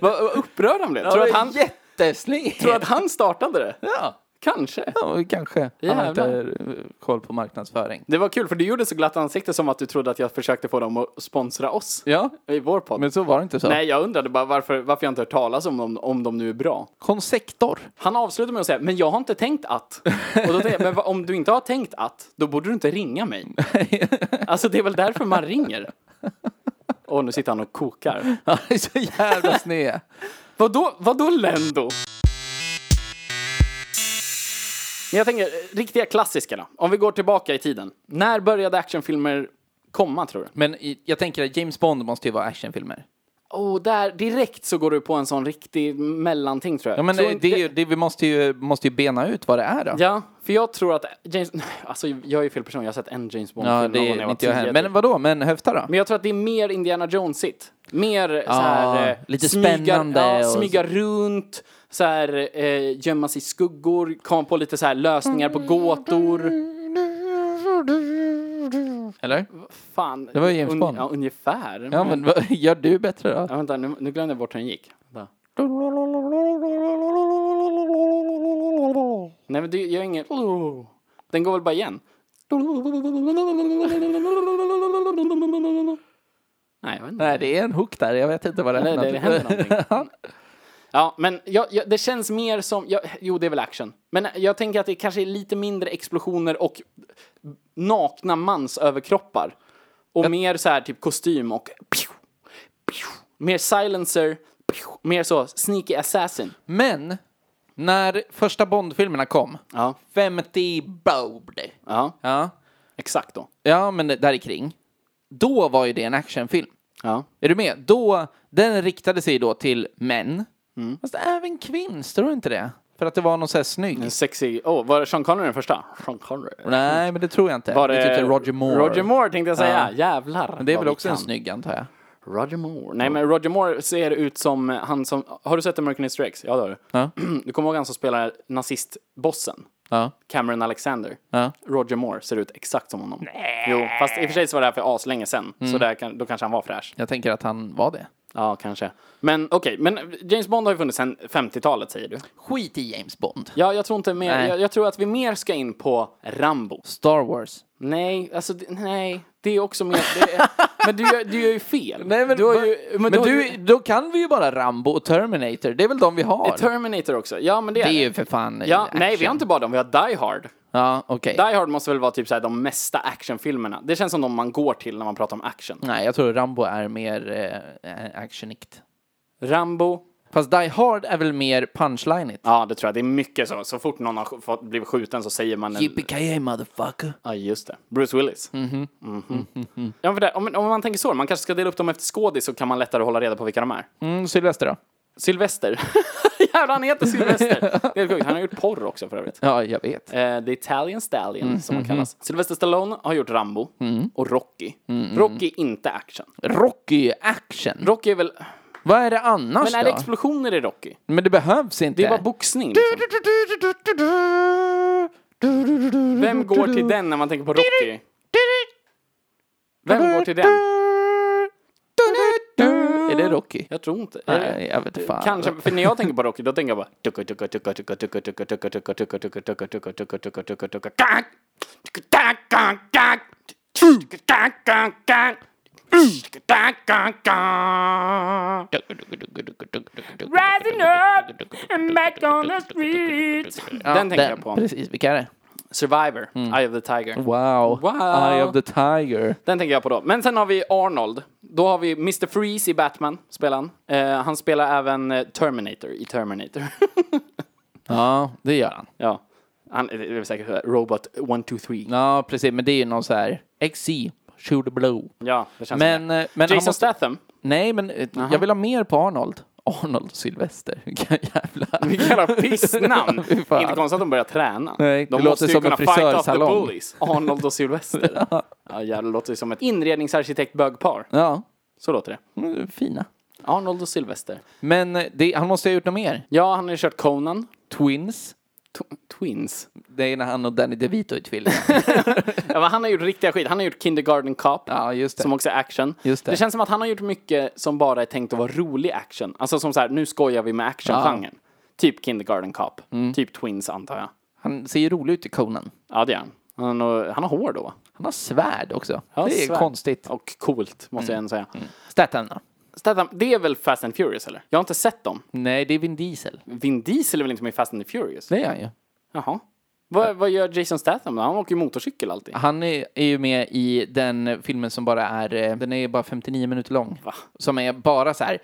[SPEAKER 3] vad, vad upprörd han blev. tror, att han,
[SPEAKER 2] jättesned.
[SPEAKER 3] tror att han startade det?
[SPEAKER 2] Ja.
[SPEAKER 3] Kanske.
[SPEAKER 2] Ja, kanske. Han har inte eh, koll på marknadsföring.
[SPEAKER 3] Det var kul för du gjorde så glatt ansikte som att du trodde att jag försökte få dem att sponsra oss.
[SPEAKER 2] Ja,
[SPEAKER 3] I vår podd.
[SPEAKER 2] men så var det inte så.
[SPEAKER 3] Nej, jag undrade bara varför, varför jag inte hört talas om dem, om de nu är bra.
[SPEAKER 2] Konsektor.
[SPEAKER 3] Han avslutar med att säga, men jag har inte tänkt att. Och då tänkte jag, men vad- om du inte har tänkt att, då borde du inte ringa mig. Alltså det är väl därför man ringer. Och nu sitter han och kokar.
[SPEAKER 2] Han är så jävla sned.
[SPEAKER 3] Vadå, vadå Lendo? Men jag tänker, eh, riktiga klassiska då. Om vi går tillbaka i tiden. När började actionfilmer komma tror du?
[SPEAKER 2] Men i- jag tänker att James Bond måste ju vara actionfilmer.
[SPEAKER 3] Och Oh, där direkt så går du på en sån riktig mellanting tror jag.
[SPEAKER 2] Ja, men
[SPEAKER 3] så,
[SPEAKER 2] eh, det, är ju- det, vi måste ju, måste ju bena ut vad det är då.
[SPEAKER 3] Ja, för jag tror att James... Alltså jag är ju fel person, jag har sett en James Bond-film
[SPEAKER 2] Ja,
[SPEAKER 3] någon
[SPEAKER 2] det
[SPEAKER 3] gång när
[SPEAKER 2] är
[SPEAKER 3] jag var
[SPEAKER 2] inte jag heller.
[SPEAKER 3] tio. typ.
[SPEAKER 2] Men
[SPEAKER 3] Men,
[SPEAKER 2] vadå, men höfta då?
[SPEAKER 3] men jag tror att det är mer Indiana Jones-igt. Mer så här, eh,
[SPEAKER 2] Ah, lite
[SPEAKER 3] smyga-
[SPEAKER 2] spännande
[SPEAKER 3] Ja,
[SPEAKER 2] och-
[SPEAKER 3] smyga runt, så här, eh, gömma sig i skuggor, komma på lite så här lösningar på gåtor.
[SPEAKER 2] Eller?
[SPEAKER 3] Fan.
[SPEAKER 2] Det var ju James Bond.
[SPEAKER 3] Ja, ungefär.
[SPEAKER 2] Ja, men vad- gör du bättre då?
[SPEAKER 3] Ja, vänta, nu, nu glömde jag bort hur den gick. Vänta. Nej, men det gör inget... Den går väl bara igen? Nej, jag vet inte.
[SPEAKER 2] Nej, det är en hook där. Jag vet inte vad det är.
[SPEAKER 3] Nej,
[SPEAKER 2] för
[SPEAKER 3] det, det händer någonting. Ja, men jag, jag, det känns mer som... Jag, jo, det är väl action. Men jag tänker att det kanske är lite mindre explosioner och nakna mansöverkroppar. Och mer så här typ kostym och... Pew, pew, mer silencer. Pew, mer så sneaky assassin.
[SPEAKER 2] men, när första Bond-filmerna kom,
[SPEAKER 3] Ja,
[SPEAKER 2] 50 Bond.
[SPEAKER 3] ja,
[SPEAKER 2] Ja.
[SPEAKER 3] exakt då.
[SPEAKER 2] ja, men det- där i kring. Då var ju det en actionfilm.
[SPEAKER 3] Ja.
[SPEAKER 2] Är du med? Då, den riktade sig då till män.
[SPEAKER 3] Mm.
[SPEAKER 2] Fast även kvinnor, tror du inte det? För att det var någon sån här snygg.
[SPEAKER 3] En sexy... Åh, oh, var det Sean Connery den första? Sean Connery.
[SPEAKER 2] Nej, men det tror jag inte.
[SPEAKER 3] Var
[SPEAKER 2] det... är typ Roger Moore.
[SPEAKER 3] Roger Moore tänkte jag säga. Jävlar.
[SPEAKER 2] Men det är
[SPEAKER 3] vad
[SPEAKER 2] väl
[SPEAKER 3] vi
[SPEAKER 2] också en
[SPEAKER 3] kan.
[SPEAKER 2] snygg, antar jag.
[SPEAKER 3] Roger Moore. Nej men Roger Moore ser ut som han som, har du sett American History X? Ja det har du.
[SPEAKER 2] Ja.
[SPEAKER 3] Du kommer ihåg han som spelar nazistbossen?
[SPEAKER 2] Ja.
[SPEAKER 3] Cameron Alexander.
[SPEAKER 2] Ja.
[SPEAKER 3] Roger Moore ser ut exakt som honom. Jo, fast i och för sig så var det här för aslänge sen.
[SPEAKER 2] Mm.
[SPEAKER 3] Så där, kan- då kanske han var fräsch.
[SPEAKER 2] Jag tänker att han var det.
[SPEAKER 3] Ja, kanske. Men okej, men James Bond har ju funnits sedan 50-talet säger du.
[SPEAKER 2] Skit i James Bond.
[SPEAKER 3] Ja, jag tror inte mer,
[SPEAKER 2] Nej.
[SPEAKER 3] jag, jag tror att vi mer ska in på Rambo.
[SPEAKER 2] Star Wars.
[SPEAKER 3] Nej, alltså det- nej. Det är också mer, det är, men du, gör- du gör ju fel. du har ju,
[SPEAKER 2] men,
[SPEAKER 3] du har
[SPEAKER 2] du,
[SPEAKER 3] ju-
[SPEAKER 2] då kan vi ju bara Rambo och Terminator. Det är väl de vi har?
[SPEAKER 3] Terminator också. Ja, men det är
[SPEAKER 2] det är ju för fan
[SPEAKER 3] Ja,
[SPEAKER 2] action.
[SPEAKER 3] nej, vi har inte bara dem, vi har Die Hard.
[SPEAKER 2] Ja, okej.
[SPEAKER 3] Die Hard måste väl vara typ så här de mesta actionfilmerna. Det känns som de man går till när man pratar om action.
[SPEAKER 2] Nej, jag tror Rambo är mer eh, actionigt.
[SPEAKER 3] Rambo.
[SPEAKER 2] Fast Die Hard är väl mer punchlineigt?
[SPEAKER 3] Ja, det tror jag. Det är mycket så. Så fort någon har sk- fått, blivit skjuten så säger man... En...
[SPEAKER 2] Yippee motherfucker.
[SPEAKER 3] Ja, just det. Bruce Willis. Mhm. Ja, för det, om, om man tänker så, man kanske ska dela upp dem efter skådis så kan man lättare hålla reda på vilka de är.
[SPEAKER 2] Mm, Sylvester då?
[SPEAKER 3] Sylvester. Jävlar, han heter Sylvester. Det är helt sjukt. Han har gjort porr också för övrigt.
[SPEAKER 2] Ja, jag vet.
[SPEAKER 3] Eh, The Italian Stallion,
[SPEAKER 2] Mm,
[SPEAKER 3] som
[SPEAKER 2] mhm.
[SPEAKER 3] han kallas. Sylvester Stallone har gjort Rambo och Rocky.
[SPEAKER 2] Mm,
[SPEAKER 3] Rocky är inte action.
[SPEAKER 2] Rocky är action.
[SPEAKER 3] Rocky är väl...
[SPEAKER 2] Vad är det annars
[SPEAKER 3] Men är det
[SPEAKER 2] då?
[SPEAKER 3] explosioner i Rocky?
[SPEAKER 2] Men det behövs inte.
[SPEAKER 3] Det är bara boxning. Liksom. Vem går till den när man tänker på Rocky? Vem går till den?
[SPEAKER 2] Är det Rocky?
[SPEAKER 3] Jag tror inte.
[SPEAKER 2] Nej, jag vet inte fan.
[SPEAKER 3] Kanske, för när jag tänker på Rocky då tänker jag bara tucka tucka tucka tucka tucka tucka tucka tucka tucka tucka tucka tucka tucka tucka tucka kak! Tucka, kak, kak, kak! Tucka, kak, kak, kak! Tucka, kak, kak, kak!
[SPEAKER 5] Rising up and back on the streets.
[SPEAKER 2] Ja,
[SPEAKER 3] Den tänker jag på.
[SPEAKER 2] Precis, vilka är det?
[SPEAKER 3] Survivor, Eye of the Tiger.
[SPEAKER 2] Mm. Wow.
[SPEAKER 3] Wow.
[SPEAKER 2] Eye of the Tiger.
[SPEAKER 3] Den tänker jag på då. Men sen har vi Arnold. Då har vi Mr. Freeze i Batman, spelar han. Eh, han spelar även eh, Terminator i Terminator.
[SPEAKER 2] Ja, det gör han.
[SPEAKER 3] ja. Han det är väl säkert sådär, Robot 1, 2, 3.
[SPEAKER 2] Ja, precis. Men det är ju någon så här XC, shoot the blow.
[SPEAKER 3] Ja, det känns
[SPEAKER 2] Men,
[SPEAKER 3] som
[SPEAKER 2] eh,
[SPEAKER 3] det.
[SPEAKER 2] men han
[SPEAKER 3] Jason
[SPEAKER 2] måste-
[SPEAKER 3] Statham.
[SPEAKER 2] Nej, men eh, jag vill ha mer på Arnold. Arnold och Sylvester. Vilka jävla...
[SPEAKER 3] Vilka jävla pissnamn!
[SPEAKER 2] fy fan.
[SPEAKER 3] Inte konstigt att de börjar träna.
[SPEAKER 2] Nej,
[SPEAKER 3] de
[SPEAKER 2] det låter som en
[SPEAKER 3] the
[SPEAKER 2] frisörsalong.
[SPEAKER 3] bullies. Arnold och Sylvester. ja, jävlar, det låter ju som ett inredningsarkitekt-bögpar.
[SPEAKER 2] Ja,
[SPEAKER 3] Så låter det.
[SPEAKER 2] mm, fina.
[SPEAKER 3] Arnold och Sylvester.
[SPEAKER 2] Men eh, det, han måste ha gjort något mer.
[SPEAKER 3] Ja, han har ju kört Conan.
[SPEAKER 2] Twins.
[SPEAKER 3] Tw- Twins.
[SPEAKER 2] Det är när han och Danny DeVito är tvillingar.
[SPEAKER 3] Ja, men han har gjort riktiga skit. Han har gjort Kindergarten Cop.
[SPEAKER 2] Ja, just det.
[SPEAKER 3] Som också är action.
[SPEAKER 2] Just det.
[SPEAKER 3] känns som att han har gjort mycket som bara är tänkt att vara rolig
[SPEAKER 2] Mm.
[SPEAKER 3] action. Alltså som så här, nu skojar vi med actiongenren. Typ Kindergarten Cop. Typ Twins antar jag.
[SPEAKER 2] Han ser ju rolig ut i Conan.
[SPEAKER 3] Ja, det är han. Han har, han har hår då.
[SPEAKER 2] Han har svärd också.
[SPEAKER 3] Ja,
[SPEAKER 2] det är
[SPEAKER 3] svärd.
[SPEAKER 2] konstigt.
[SPEAKER 3] Och coolt,
[SPEAKER 2] Mm.
[SPEAKER 3] måste jag ändå säga.
[SPEAKER 2] Statham då?
[SPEAKER 3] Statham, det är väl Fast and Furious, eller? Jag har inte sett dem.
[SPEAKER 2] Nej, det är Vin Diesel.
[SPEAKER 3] Vin Diesel är väl inte med i Fast and Furious?
[SPEAKER 2] Det är han ju.
[SPEAKER 3] Jaha. Vad, vad gör Jason Statham då? Han åker ju motorcykel alltid.
[SPEAKER 2] Han är, är ju med i den filmen som bara är, eh, den är bara 59 minuter lång.
[SPEAKER 3] Va?
[SPEAKER 2] Som är bara så här,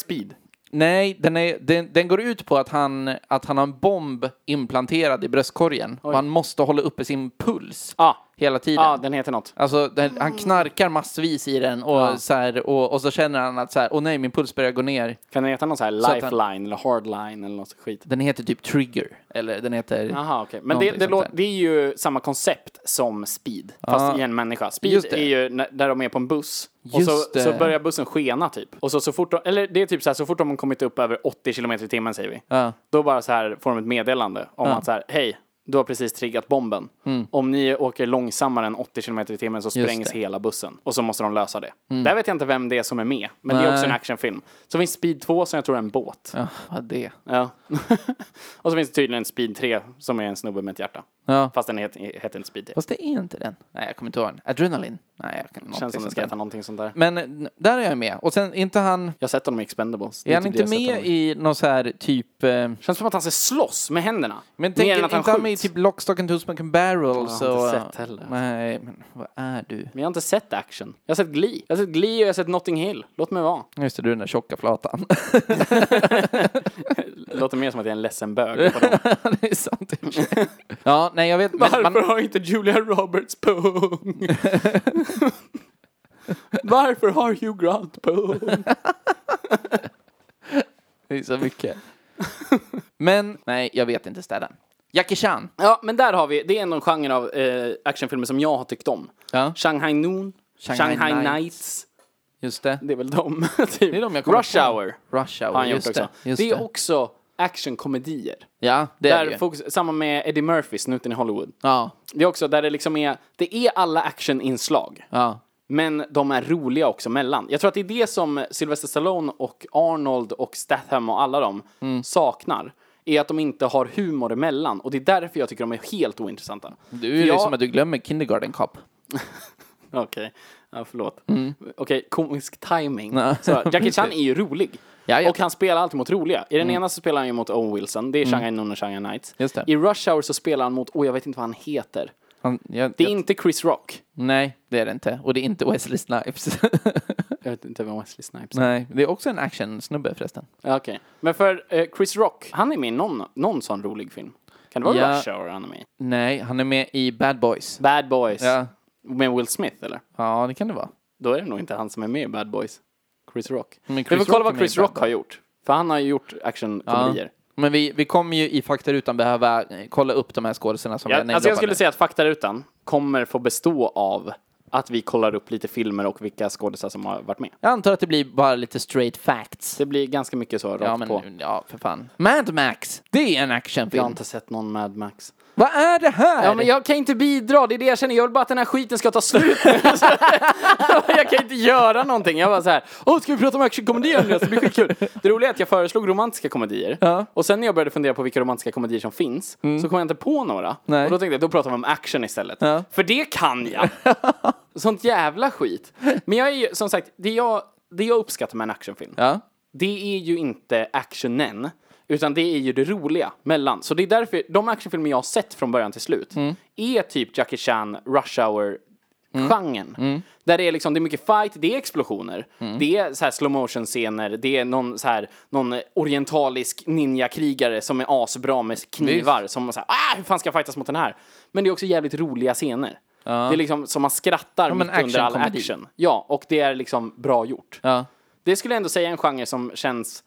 [SPEAKER 3] Speed.
[SPEAKER 2] nej, den, är, den, den går ut på att han, att han har en bomb implanterad i bröstkorgen. Och han måste hålla uppe sin puls
[SPEAKER 3] Ja.
[SPEAKER 2] hela tiden.
[SPEAKER 3] Ja, den heter något.
[SPEAKER 2] Alltså, den, han knarkar massvis i den och, så här, och, och så känner han att så här, åh nej, min puls börjar gå ner.
[SPEAKER 3] Kan den heta någon sån här
[SPEAKER 2] att
[SPEAKER 3] lifeline eller hardline eller något skit?
[SPEAKER 2] Den heter typ Trigger, eller den heter...
[SPEAKER 3] Jaha, okej. Men det,
[SPEAKER 2] någonting
[SPEAKER 3] det,
[SPEAKER 2] sånt
[SPEAKER 3] låter,
[SPEAKER 2] där.
[SPEAKER 3] det är ju samma koncept som Speed, fast i en människa. Speed
[SPEAKER 2] Just det.
[SPEAKER 3] är ju när, där de är på en buss. Och
[SPEAKER 2] Just
[SPEAKER 3] så,
[SPEAKER 2] det.
[SPEAKER 3] så börjar bussen skena typ. Och så, så fort de, eller det är typ så här, så fort de har kommit upp över 80 km i timmen säger vi.
[SPEAKER 2] Ja.
[SPEAKER 3] Då bara så här får de ett meddelande om att så här, hej, du har precis triggat bomben. Om ni åker långsammare än 80 km i timmen så sprängs
[SPEAKER 2] Mm. det. Mm.
[SPEAKER 3] hela bussen. Och så måste de lösa det. Där vet jag inte vem det är som är med, men det är också
[SPEAKER 2] Nej.
[SPEAKER 3] en actionfilm. Så finns Speed 2 som jag tror är en båt.
[SPEAKER 2] Ja, vad det.
[SPEAKER 3] Ja. och så finns det tydligen Speed 3 som är en snubbe med ett hjärta.
[SPEAKER 2] Ja.
[SPEAKER 3] Fast den heter, heter inte Speed 3.
[SPEAKER 2] Fast det är inte den. Nej, jag kommer inte ihåg den. Adrenalin? Nej, jag kan
[SPEAKER 3] Känns som den
[SPEAKER 2] sånt
[SPEAKER 3] ska
[SPEAKER 2] där.
[SPEAKER 3] heta någonting sånt där.
[SPEAKER 2] Men eh, där är jag med. Och sen, inte han...
[SPEAKER 3] Jag har sett honom i Expendables. Det
[SPEAKER 2] Är han
[SPEAKER 3] typ
[SPEAKER 2] inte
[SPEAKER 3] det jag sett
[SPEAKER 2] med
[SPEAKER 3] honom
[SPEAKER 2] i någon så här typ... Eh,
[SPEAKER 3] Känns som att han ska slåss med händerna.
[SPEAKER 2] men
[SPEAKER 3] Mer
[SPEAKER 2] tänk,
[SPEAKER 3] än att
[SPEAKER 2] inte
[SPEAKER 3] han
[SPEAKER 2] han, med i
[SPEAKER 3] skjuts.
[SPEAKER 2] typ Lockstock and Two and Barrels?
[SPEAKER 3] Jag har inte
[SPEAKER 2] och,
[SPEAKER 3] sett heller.
[SPEAKER 2] Nej, men vad är du?
[SPEAKER 3] Men jag har inte sett action. Jag har sett Glee. Jag har sett Glee och jag har sett Notting Hill. Låt mig vara.
[SPEAKER 2] Just det, du är den där tjocka flatan.
[SPEAKER 3] Det låter mer som att jag är en ledsen bög. på dem.
[SPEAKER 2] det är sant i och för sig. Ja, nej jag vet. men
[SPEAKER 3] Varför
[SPEAKER 2] man-
[SPEAKER 3] har inte Julia Roberts pung? Varför har Hugh Grant pung?
[SPEAKER 2] Det är så mycket. Men, nej, jag vet inte städen. Jackie Chan.
[SPEAKER 3] Ja, men där har vi, det är en av genren av eh, actionfilmer som jag har tyckt om.
[SPEAKER 2] Ja.
[SPEAKER 3] Shanghai Noon, Shanghai,
[SPEAKER 2] Shanghai
[SPEAKER 3] Nights.
[SPEAKER 2] Nights. Just det.
[SPEAKER 3] det är väl de. typ.
[SPEAKER 2] Det är de jag kommer
[SPEAKER 3] Rush
[SPEAKER 2] på.
[SPEAKER 3] Hour
[SPEAKER 2] Rush Hour,
[SPEAKER 3] har han gjort
[SPEAKER 2] just
[SPEAKER 3] också.
[SPEAKER 2] det. Just
[SPEAKER 3] det är också actionkomedier.
[SPEAKER 2] Ja, det är det
[SPEAKER 3] Där
[SPEAKER 2] ju.
[SPEAKER 3] fokus, samma med Eddie Murphy, snuten i Hollywood.
[SPEAKER 2] Ja,
[SPEAKER 3] Det är också där det liksom är, det är alla actioninslag.
[SPEAKER 2] ja.
[SPEAKER 3] Men de är roliga också mellan. Jag tror att det är det som Sylvester Stallone och Arnold och Statham och alla de
[SPEAKER 2] Mm.
[SPEAKER 3] saknar. Är att de inte har humor emellan. Och det är därför jag tycker de är helt ointressanta.
[SPEAKER 2] Du är
[SPEAKER 3] För
[SPEAKER 2] ju
[SPEAKER 3] jag-
[SPEAKER 2] som att du glömmer Kindergarten Cop.
[SPEAKER 3] Okej, ja, förlåt.
[SPEAKER 2] Mm.
[SPEAKER 3] Okej, komisk timing. Så, Jackie Chan är ju rolig.
[SPEAKER 2] Ja, ja.
[SPEAKER 3] Och han spelar alltid mot roliga. I den ena så spelar han ju mot Owen Wilson, det är Shanghai Noon och Shanghai Nights.
[SPEAKER 2] Mm. Just det.
[SPEAKER 3] I Rush Hour så spelar han mot, åh jag vet inte vad han heter.
[SPEAKER 2] Han, jag,
[SPEAKER 3] Det är
[SPEAKER 2] jag,
[SPEAKER 3] inte Chris Rock.
[SPEAKER 2] nej, det är det inte. Och det är inte Wesley Snipes.
[SPEAKER 3] Jag vet inte vem Wesley Snipes är.
[SPEAKER 2] nej, det är också en actionsnubbe förresten.
[SPEAKER 3] Ja, Okej, men för eh, Chris Rock, han är med i någon, någon sån rolig film. Kan det vara
[SPEAKER 2] Ja.
[SPEAKER 3] Rush Hour han är med i?
[SPEAKER 2] Nej, han är med i Bad Boys.
[SPEAKER 3] Bad Boys.
[SPEAKER 2] Ja,
[SPEAKER 3] Med Will Smith eller?
[SPEAKER 2] ja det kan det vara.
[SPEAKER 3] Då är det nog inte han som är med i Bad Boys. Chris Rock.
[SPEAKER 2] Men Chris
[SPEAKER 3] Vi får kolla
[SPEAKER 2] Rock är
[SPEAKER 3] vad
[SPEAKER 2] med
[SPEAKER 3] Chris
[SPEAKER 2] i Bad
[SPEAKER 3] Rock har gjort. För han har ju gjort actionkomedier.
[SPEAKER 2] Men vi, vi kommer ju i faktarutan behöva eh, kolla upp de här skådisarna som
[SPEAKER 3] Ja,
[SPEAKER 2] jag namedroppade.
[SPEAKER 3] alltså jag skulle säga att faktarutan kommer få bestå av att vi kollar upp lite filmer och vilka skådisar som har varit med.
[SPEAKER 2] Jag antar att det blir bara lite straight facts.
[SPEAKER 3] Det blir ganska mycket så rakt
[SPEAKER 2] Ja, men
[SPEAKER 3] på.
[SPEAKER 2] ja, för fan. Mad Max! Det är en
[SPEAKER 3] Jag
[SPEAKER 2] actionfilm.
[SPEAKER 3] har inte sett någon Mad Max.
[SPEAKER 2] Vad är det här?
[SPEAKER 3] Ja, men jag kan inte bidra, det är det jag känner. Jag vill bara att den här skiten ska ta slut nu. jag kan inte göra någonting. Jag bara så här, åh, ska vi prata om actionkomedier nu? Det blir skitkul. Det roliga är att jag föreslog romantiska komedier. Och sen när jag började fundera på vilka romantiska komedier som finns, så kom jag inte på några.
[SPEAKER 2] Mm. Nej.
[SPEAKER 3] Och då tänkte jag, då pratar vi om action istället.
[SPEAKER 2] Ja.
[SPEAKER 3] För det kan jag. Sånt jävla skit. Men jag är ju, som sagt, det jag, det jag uppskattar med en actionfilm,
[SPEAKER 2] Ja.
[SPEAKER 3] det är ju inte actionen, utan det är ju det roliga mellan. Så det är därför, de actionfilmer jag har sett från början till slut
[SPEAKER 2] Mm.
[SPEAKER 3] är typ Jackie Chan, Rush Hour, genren.
[SPEAKER 2] Mm.
[SPEAKER 3] Där det är liksom, det är mycket fight, det är explosioner, det är så här slow motion scener, det är någon så här, någon orientalisk ninjakrigare som är asbra med knivar som så här, ah, hur fan ska jag fightas mot den här? Men det är också jävligt roliga scener. Det är liksom som man skrattar
[SPEAKER 2] men
[SPEAKER 3] mitt under all
[SPEAKER 2] actionkomedi.
[SPEAKER 3] action. Ja, och det är liksom bra gjort.
[SPEAKER 2] Ja.
[SPEAKER 3] Det skulle jag ändå säga är en genre som känns...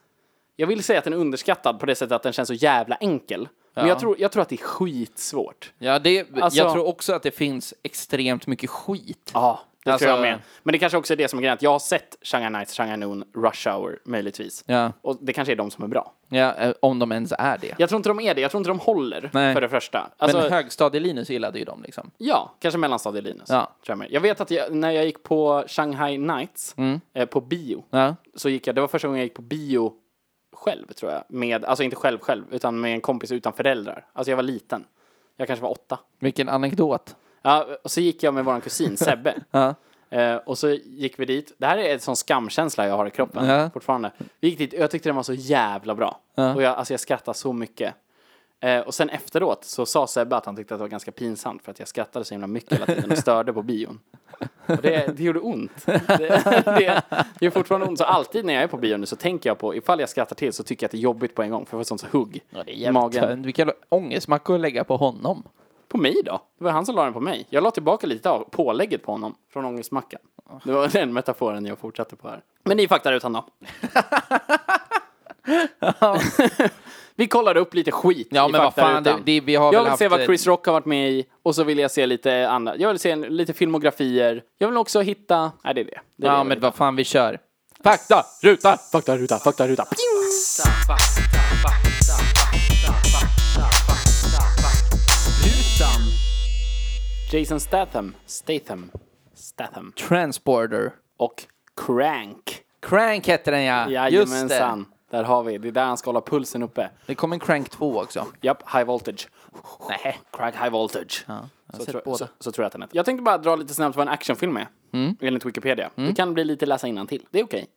[SPEAKER 3] Jag vill säga att den är underskattad på det sättet att den känns så jävla enkel. Men jag tror, jag tror att det är skitsvårt.
[SPEAKER 2] Ja, det,
[SPEAKER 3] Alltså-
[SPEAKER 2] jag tror också att det finns extremt mycket skit.
[SPEAKER 3] Ja, det
[SPEAKER 2] Alltså-
[SPEAKER 3] tror jag med. Men det kanske också är det som är grejen, att jag har sett Shanghai Nights, Shanghai Noon, Rush Hour möjligtvis.
[SPEAKER 2] Ja.
[SPEAKER 3] Och det kanske är de som är bra.
[SPEAKER 2] Ja, eh, om de ens är det.
[SPEAKER 3] Jag tror inte de är det, jag tror inte de håller
[SPEAKER 2] Nej.
[SPEAKER 3] för det första.
[SPEAKER 2] Men
[SPEAKER 3] Alltså,
[SPEAKER 2] högstadie-Linus gillade ju dem liksom.
[SPEAKER 3] Ja, kanske mellanstadielinus.
[SPEAKER 2] Ja.
[SPEAKER 3] Tror jag, med. jag vet att jag, när jag gick på Shanghai Nights eh, på bio,
[SPEAKER 2] Ja.
[SPEAKER 3] så gick jag, det var första gången jag gick på bio själv tror jag. Med, alltså inte själv själv, utan med en kompis utan föräldrar. Alltså jag var liten. Jag kanske var åtta.
[SPEAKER 2] Vilken anekdot.
[SPEAKER 3] Ja, och så gick jag med vår kusin Sebbe.
[SPEAKER 2] Ja.
[SPEAKER 3] Eh, och så gick vi dit. Det här är en sån skamkänsla jag har i kroppen
[SPEAKER 2] Ja.
[SPEAKER 3] fortfarande. Vi gick dit och jag tyckte den var så jävla bra.
[SPEAKER 2] Ja.
[SPEAKER 3] Och jag, alltså jag skrattade så mycket. Eh, och sen efteråt så sa Sebbe att han tyckte att det var ganska pinsamt för att jag skrattade så himla mycket hela tiden och störde på bion. Och det, det gjorde ont. Det, det, det är fortfarande ont. Så alltid när jag är på bio nu så tänker jag på, ifall jag skrattar till så tycker jag att det är jobbigt på en gång för jag får ett sånt hugg i magen.
[SPEAKER 2] Tönt. Vilken ångestmacka att lägga på honom.
[SPEAKER 3] På mig då? Det var han som la den på mig. Jag la tillbaka lite av pålägget på honom från ångestmackan.
[SPEAKER 2] Oh.
[SPEAKER 3] Det var den metaforen jag fortsatte på här. Men ni faktar utan då. vi kollade upp lite skit
[SPEAKER 2] Ja,
[SPEAKER 3] i
[SPEAKER 2] men vad fan,
[SPEAKER 3] faktarutan.
[SPEAKER 2] det- det- vi har väl
[SPEAKER 3] Jag vill se
[SPEAKER 2] haft-
[SPEAKER 3] vad Chris Rock har varit med i och så vill jag se lite andra. Jag vill se en, lite filmografier. Jag vill också hitta... Nej, det är det. det, är
[SPEAKER 2] Ja,
[SPEAKER 3] det.
[SPEAKER 2] men vad fan, vi kör. Fakta, ruta!
[SPEAKER 3] Fakta, ruta, fakta, ruta. Jason Statham, Statham, Statham
[SPEAKER 2] Transporter.
[SPEAKER 3] och Crank.
[SPEAKER 2] Crank hette den ja. Just det.
[SPEAKER 3] Jajamensan. Där har vi. Det är där han ska hålla pulsen uppe.
[SPEAKER 2] Det kom en Crank 2 också.
[SPEAKER 3] Japp, High Voltage. Nej, Crank High Voltage.
[SPEAKER 2] Jag har
[SPEAKER 3] Så
[SPEAKER 2] sett
[SPEAKER 3] tror,
[SPEAKER 2] båda. Mm.
[SPEAKER 3] så, så tror jag att den heter. Jag tänkte bara dra lite snabbt vad en actionfilm är. Enligt Wikipedia. Det kan bli lite läsa till. Det är okej.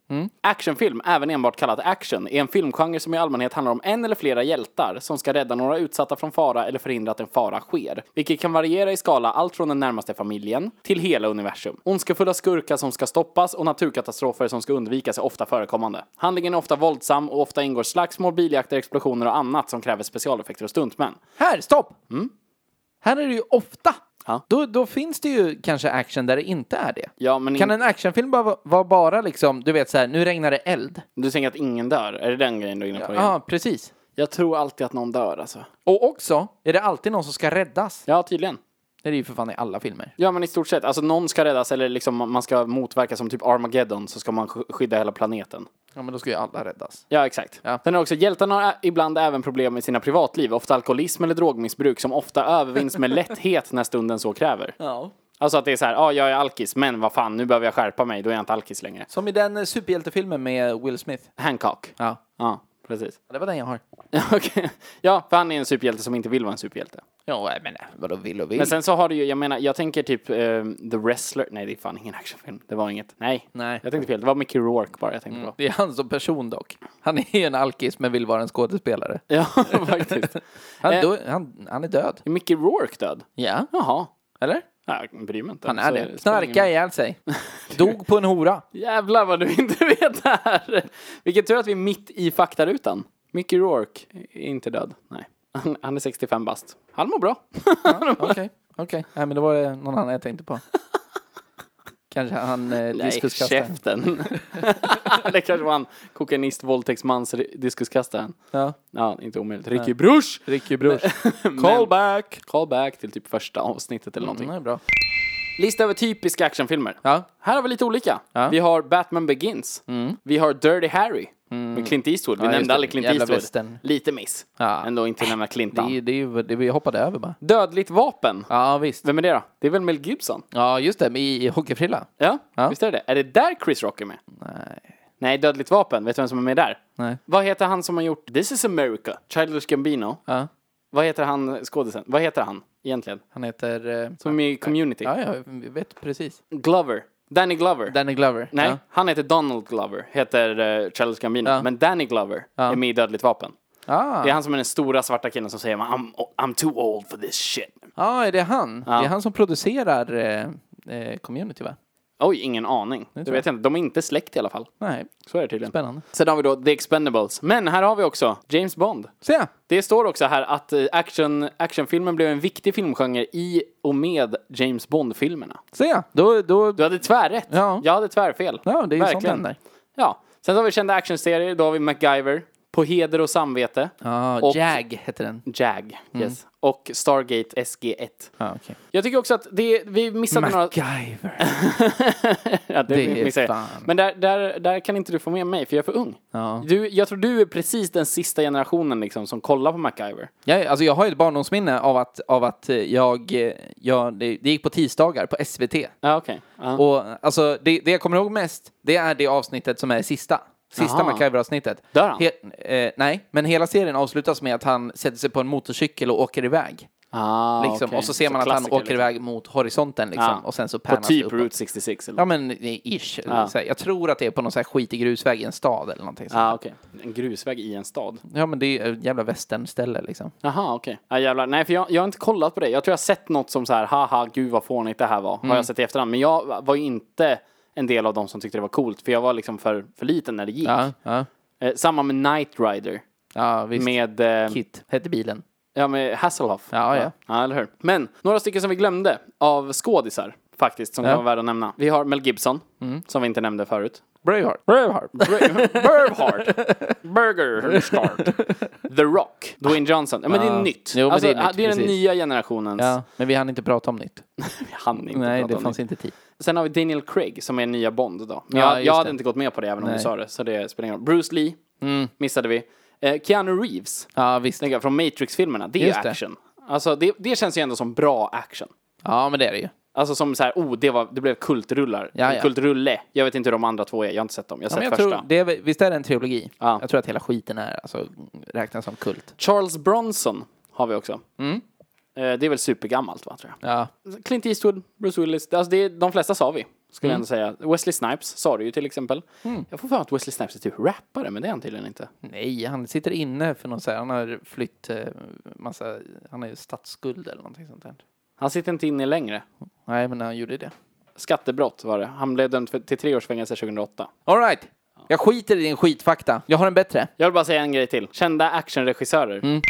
[SPEAKER 3] Actionfilm, även enbart kallat action, är en filmgenre som i allmänhet handlar om en eller flera hjältar som ska rädda några utsatta från fara eller förhindra att en fara sker. Vilket kan variera i skala allt från den närmaste familjen till hela universum. Ondskefulla skurkar som ska stoppas och naturkatastrofer som ska undvikas är ofta förekommande. Handlingen är ofta våldsam och ofta ingår slagsmål, biljakter, explosioner och annat som kräver specialeffekter och stuntmän.
[SPEAKER 2] Här, stopp! Här är det ju ofta.
[SPEAKER 3] Mm. Ja.
[SPEAKER 2] Då, då finns det ju kanske action där det inte är det.
[SPEAKER 3] Ja, men
[SPEAKER 2] Kan
[SPEAKER 3] in-
[SPEAKER 2] en actionfilm bara va- vara bara liksom, du vet så här, nu regnar det eld.
[SPEAKER 3] Du tänker att ingen dör? Är det den grejen du är inne på? igen?
[SPEAKER 2] Ja, precis.
[SPEAKER 3] Jag tror alltid att någon dör alltså.
[SPEAKER 2] Och också, är det alltid någon som ska räddas?
[SPEAKER 3] Ja, tydligen.
[SPEAKER 2] Det är det ju för fan i alla filmer.
[SPEAKER 3] Ja, men i stort sett. Alltså någon ska räddas eller liksom man ska motverka som typ Armageddon så ska man sk- skydda hela planeten.
[SPEAKER 2] Ja, men då ska ju alla räddas.
[SPEAKER 3] Ja, exakt.
[SPEAKER 2] Ja.
[SPEAKER 3] Sen är det också, hjältarna har ä- ibland även problem med sina privatliv, ofta alkoholism eller drogmissbruk som ofta övervinns med lätthet när stunden så kräver.
[SPEAKER 2] Ja.
[SPEAKER 3] Alltså att det är så här, ja, ah, jag är alkis, men vad fan, nu behöver jag skärpa mig, då är jag inte alkis längre.
[SPEAKER 2] Som i den eh, superhjältefilmen med Will Smith.
[SPEAKER 3] Hancock.
[SPEAKER 2] Ja.
[SPEAKER 3] Ja, precis.
[SPEAKER 2] Det var den jag har.
[SPEAKER 3] Ja, okej. Ja, för han är en superhjälte som inte vill vara en superhjälte.
[SPEAKER 2] Ja, nej, men eh, vadå vill och vill?
[SPEAKER 3] Men sen så har du ju, jag menar, jag tänker typ ehm, The Wrestler. Nej, det är fan ingen actionfilm. Det var inget. Nej.
[SPEAKER 2] Nej. Mm.
[SPEAKER 3] Jag tänkte fel. Det var Mickey Rourke bara jag tänkte på.
[SPEAKER 2] Det är han som person dock. Han är ju en alkis men vill vara en skådespelare.
[SPEAKER 3] Ja, faktiskt.
[SPEAKER 2] Han,
[SPEAKER 3] Eh.
[SPEAKER 2] dö- han, han är död.
[SPEAKER 3] Är Mickey Rourke död?
[SPEAKER 2] Ja.
[SPEAKER 3] Jaha.
[SPEAKER 2] Eller?
[SPEAKER 3] Ja, Jag bryr mig inte.
[SPEAKER 2] Han är
[SPEAKER 3] Så
[SPEAKER 2] det.
[SPEAKER 3] spelar
[SPEAKER 2] Knarkade
[SPEAKER 3] ingen-
[SPEAKER 2] ihjäl sig. Dog på en hora.
[SPEAKER 3] Jävlar vad du inte vet det här. Vilken tur att vi är mitt i faktarutan. Mickey Rourke är inte död. Nej. Han, han är 65 bast. Han mår bra.
[SPEAKER 2] Okej, okej. Nej, men det var det någon annan jag tänkte på. Kanske han eh,
[SPEAKER 3] Nej,
[SPEAKER 2] diskuskastaren.
[SPEAKER 3] käften. det kanske var han kokainist, våldtäktsmans, diskuskastaren.
[SPEAKER 2] Ja.
[SPEAKER 3] Ja, inte omöjligt. Ricky Bruch!
[SPEAKER 2] Ricky Bruch.
[SPEAKER 3] Callback! Callback till typ första avsnittet eller någonting.
[SPEAKER 2] Mm, det är bra.
[SPEAKER 3] Lista över typiska actionfilmer.
[SPEAKER 2] Ja.
[SPEAKER 3] Här har vi lite olika.
[SPEAKER 2] Ja. Mm.
[SPEAKER 3] Vi har Batman Begins. Vi har Dirty Harry med Clint Eastwood. Vi
[SPEAKER 2] Ja, just
[SPEAKER 3] nämnde
[SPEAKER 2] det.
[SPEAKER 3] aldrig Clint
[SPEAKER 2] Jävla
[SPEAKER 3] Eastwood.
[SPEAKER 2] western.
[SPEAKER 3] Lite miss.
[SPEAKER 2] Ja.
[SPEAKER 3] Ändå inte nämna Clint.
[SPEAKER 2] Det, är- det, är ju- det, vi hoppade över bara.
[SPEAKER 3] Dödligt vapen.
[SPEAKER 2] Ja, visst.
[SPEAKER 3] Vem är det då? Det är väl Mel Gibson?
[SPEAKER 2] Ja, just det. men I, i hockeyfrilla.
[SPEAKER 3] Ja,
[SPEAKER 2] Ja.
[SPEAKER 3] visst är det det? Är det där Chris Rock är med? Nej. Nej, Dödligt vapen. Vet du vem som är med där?
[SPEAKER 2] Nej.
[SPEAKER 3] Vad heter han som har gjort This is America? Childish Gambino.
[SPEAKER 2] Ja.
[SPEAKER 3] Vad heter han eh, skådisen? Vad heter han egentligen?
[SPEAKER 2] Han heter... eh,
[SPEAKER 3] Som är med i Community.
[SPEAKER 2] Ja, jag vet precis.
[SPEAKER 3] Glover. Danny Glover.
[SPEAKER 2] Danny Glover.
[SPEAKER 3] Nej,
[SPEAKER 2] Ja.
[SPEAKER 3] han heter Donald Glover, heter uh, Charles Gambino.
[SPEAKER 2] Ja.
[SPEAKER 3] Men Danny Glover är med i Dödligt Vapen.
[SPEAKER 2] Ah.
[SPEAKER 3] Det är han som är den stora svarta killen som säger I'm, I'm too old for this shit.
[SPEAKER 2] Ah, Ja, är det han? Det är han som producerar eh, eh, community, va?
[SPEAKER 3] Oj, ingen aning. Det
[SPEAKER 2] tror
[SPEAKER 3] vet jag inte. De är inte släkt i alla fall.
[SPEAKER 2] Nej.
[SPEAKER 3] Så är det tydligen.
[SPEAKER 2] Spännande.
[SPEAKER 3] Sen har vi då The Expendables. Men här har vi också James Bond.
[SPEAKER 2] Se!
[SPEAKER 3] Det står också här att eh, action, actionfilmen blev en viktig filmgenre i och med James Bond-filmerna.
[SPEAKER 2] Se! Då, då...
[SPEAKER 3] Du hade tvärrätt.
[SPEAKER 2] Ja.
[SPEAKER 3] Jag hade tvärfel.
[SPEAKER 2] Ja, det är ju sånt
[SPEAKER 3] Verkligen.
[SPEAKER 2] händer.
[SPEAKER 3] Ja. Sen har vi kända actionserier. Då har vi MacGyver. På heder och samvete.
[SPEAKER 2] Ja,
[SPEAKER 3] Och-
[SPEAKER 2] Jag Mm. heter den.
[SPEAKER 3] Jag, yes. Och Stargate SG-1.
[SPEAKER 2] Ja, okej.
[SPEAKER 3] Jag tycker också att det, vi missade några...
[SPEAKER 2] MacGyver.
[SPEAKER 3] ja, det
[SPEAKER 2] det är
[SPEAKER 3] missade jag.
[SPEAKER 2] fan.
[SPEAKER 3] Men där, där, där kan inte du få med mig, för jag är för ung.
[SPEAKER 2] Ja.
[SPEAKER 3] Du, jag tror du är precis den sista generationen liksom, som kollar på MacGyver.
[SPEAKER 2] Jag, alltså jag har ju ett barndomsminne av att, av att eh, jag, eh, jag det, det gick på tisdagar på SVT.
[SPEAKER 3] Ja, okej. Ja.
[SPEAKER 2] Och alltså, det, det jag kommer ihåg mest, det är det avsnittet som är det sista. Sista
[SPEAKER 3] Jaha.
[SPEAKER 2] MacGyver-avsnittet.
[SPEAKER 3] Dör han?
[SPEAKER 2] eh, nej, men hela serien avslutas med att han sätter sig på en motorcykel och åker iväg.
[SPEAKER 3] Ah,
[SPEAKER 2] Liksom.
[SPEAKER 3] okej.
[SPEAKER 2] Och så ser man att han
[SPEAKER 3] klassiker,
[SPEAKER 2] åker
[SPEAKER 3] liksom.
[SPEAKER 2] iväg mot horisonten liksom.
[SPEAKER 3] Ja.
[SPEAKER 2] Och sen så
[SPEAKER 3] På
[SPEAKER 2] pannas det
[SPEAKER 3] typ Ah.
[SPEAKER 2] uppåt.
[SPEAKER 3] Route 66 eller?
[SPEAKER 2] Ja
[SPEAKER 3] Ja,
[SPEAKER 2] men eh, ish.
[SPEAKER 3] Ja.
[SPEAKER 2] Så här, jag tror att det är på någon så här skitig grusväg i en stad eller någonting. sånt.
[SPEAKER 3] ah, okej. En grusväg i en stad.
[SPEAKER 2] Ja men det är ett jävla västernställe liksom.
[SPEAKER 3] Jaha, okej. Ja, jävlar. Nej, för jag, jag har inte kollat på det. Jag tror jag har sett något som så här, haha, gud vad fånigt det här var.
[SPEAKER 2] Mm.
[SPEAKER 3] Har jag sett i efterhand. Men jag var ju inte en del av de som tyckte det var coolt, för jag var liksom för, för liten när det gick.
[SPEAKER 2] Ja, ja.
[SPEAKER 3] Eh, samma med Knight Rider.
[SPEAKER 2] ja visst.
[SPEAKER 3] Med, eh,
[SPEAKER 2] Kit hette bilen.
[SPEAKER 3] ja, med Hasselhoff.
[SPEAKER 2] Ja, ja.
[SPEAKER 3] ja, eller hur. Men några stycken som vi glömde av skådisar, faktiskt, som
[SPEAKER 2] Ja. Mm.
[SPEAKER 3] kan vara värda att nämna. Vi har Mel Gibson, som vi inte nämnde förut.
[SPEAKER 2] Braveheart.
[SPEAKER 3] Braveheart. Braveheart. Burger Start. The Rock. Dwayne Johnson. Ja, men det är nytt.
[SPEAKER 2] Jo, men
[SPEAKER 3] alltså,
[SPEAKER 2] det är nytt,
[SPEAKER 3] den
[SPEAKER 2] precis.
[SPEAKER 3] nya generationens.
[SPEAKER 2] Ja, men vi hann inte prata om nytt.
[SPEAKER 3] Han inte
[SPEAKER 2] Nej,
[SPEAKER 3] prata
[SPEAKER 2] det
[SPEAKER 3] om
[SPEAKER 2] fanns
[SPEAKER 3] nytt.
[SPEAKER 2] inte tid.
[SPEAKER 3] Sen har vi Daniel Craig som är nya Bond då. Men
[SPEAKER 2] Ja,
[SPEAKER 3] jag,
[SPEAKER 2] just
[SPEAKER 3] jag hade
[SPEAKER 2] det.
[SPEAKER 3] inte gått med på det även om du
[SPEAKER 2] Nej. Mm.
[SPEAKER 3] sa det. Så det spelar ingen roll. Bruce Lee missade vi. Eh, Keanu Reeves.
[SPEAKER 2] Ja, visst.
[SPEAKER 3] Tänker jag, från Matrix-filmerna. Det är ju
[SPEAKER 2] Just det.
[SPEAKER 3] action. Alltså det, det känns ju ändå som bra action.
[SPEAKER 2] Ja, men det är det ju.
[SPEAKER 3] Alltså som så här, oh, det, var, det blev kultrullar.
[SPEAKER 2] Ja, ja.
[SPEAKER 3] Kultrulle. Jag vet inte hur de andra två är, jag har inte sett dem. Jag har
[SPEAKER 2] Ja, men
[SPEAKER 3] sett
[SPEAKER 2] jag
[SPEAKER 3] första.
[SPEAKER 2] tror, det är, väl- visst är det en trilogi?
[SPEAKER 3] Ja.
[SPEAKER 2] Jag tror att hela skiten är, alltså, räknas som kult.
[SPEAKER 3] Charles Bronson har vi också.
[SPEAKER 2] Mm.
[SPEAKER 3] Eh, Det är väl supergammalt va, tror jag.
[SPEAKER 2] Ja,
[SPEAKER 3] Clint Eastwood, Bruce Willis, alltså det är, de flesta sa vi. Skulle jag ändå
[SPEAKER 2] Mm.
[SPEAKER 3] säga. Wesley Snipes sa du ju till exempel. Jag får för mig att Wesley Snipes är typ rappare, men det är han tydligen inte.
[SPEAKER 2] nej, han sitter inne för någon så här, han har flytt eh, massa, han har ju statsskuld eller någonting sånt där.
[SPEAKER 3] Han sitter inte inne längre.
[SPEAKER 2] Nej, men han gjorde det.
[SPEAKER 3] Skattebrott var det. Han blev dömd för, till tre års fängelse 2008.
[SPEAKER 2] All right. Jag skiter i din skitfakta. Jag har en bättre.
[SPEAKER 3] Jag vill bara säga en grej till. Kända actionregissörer.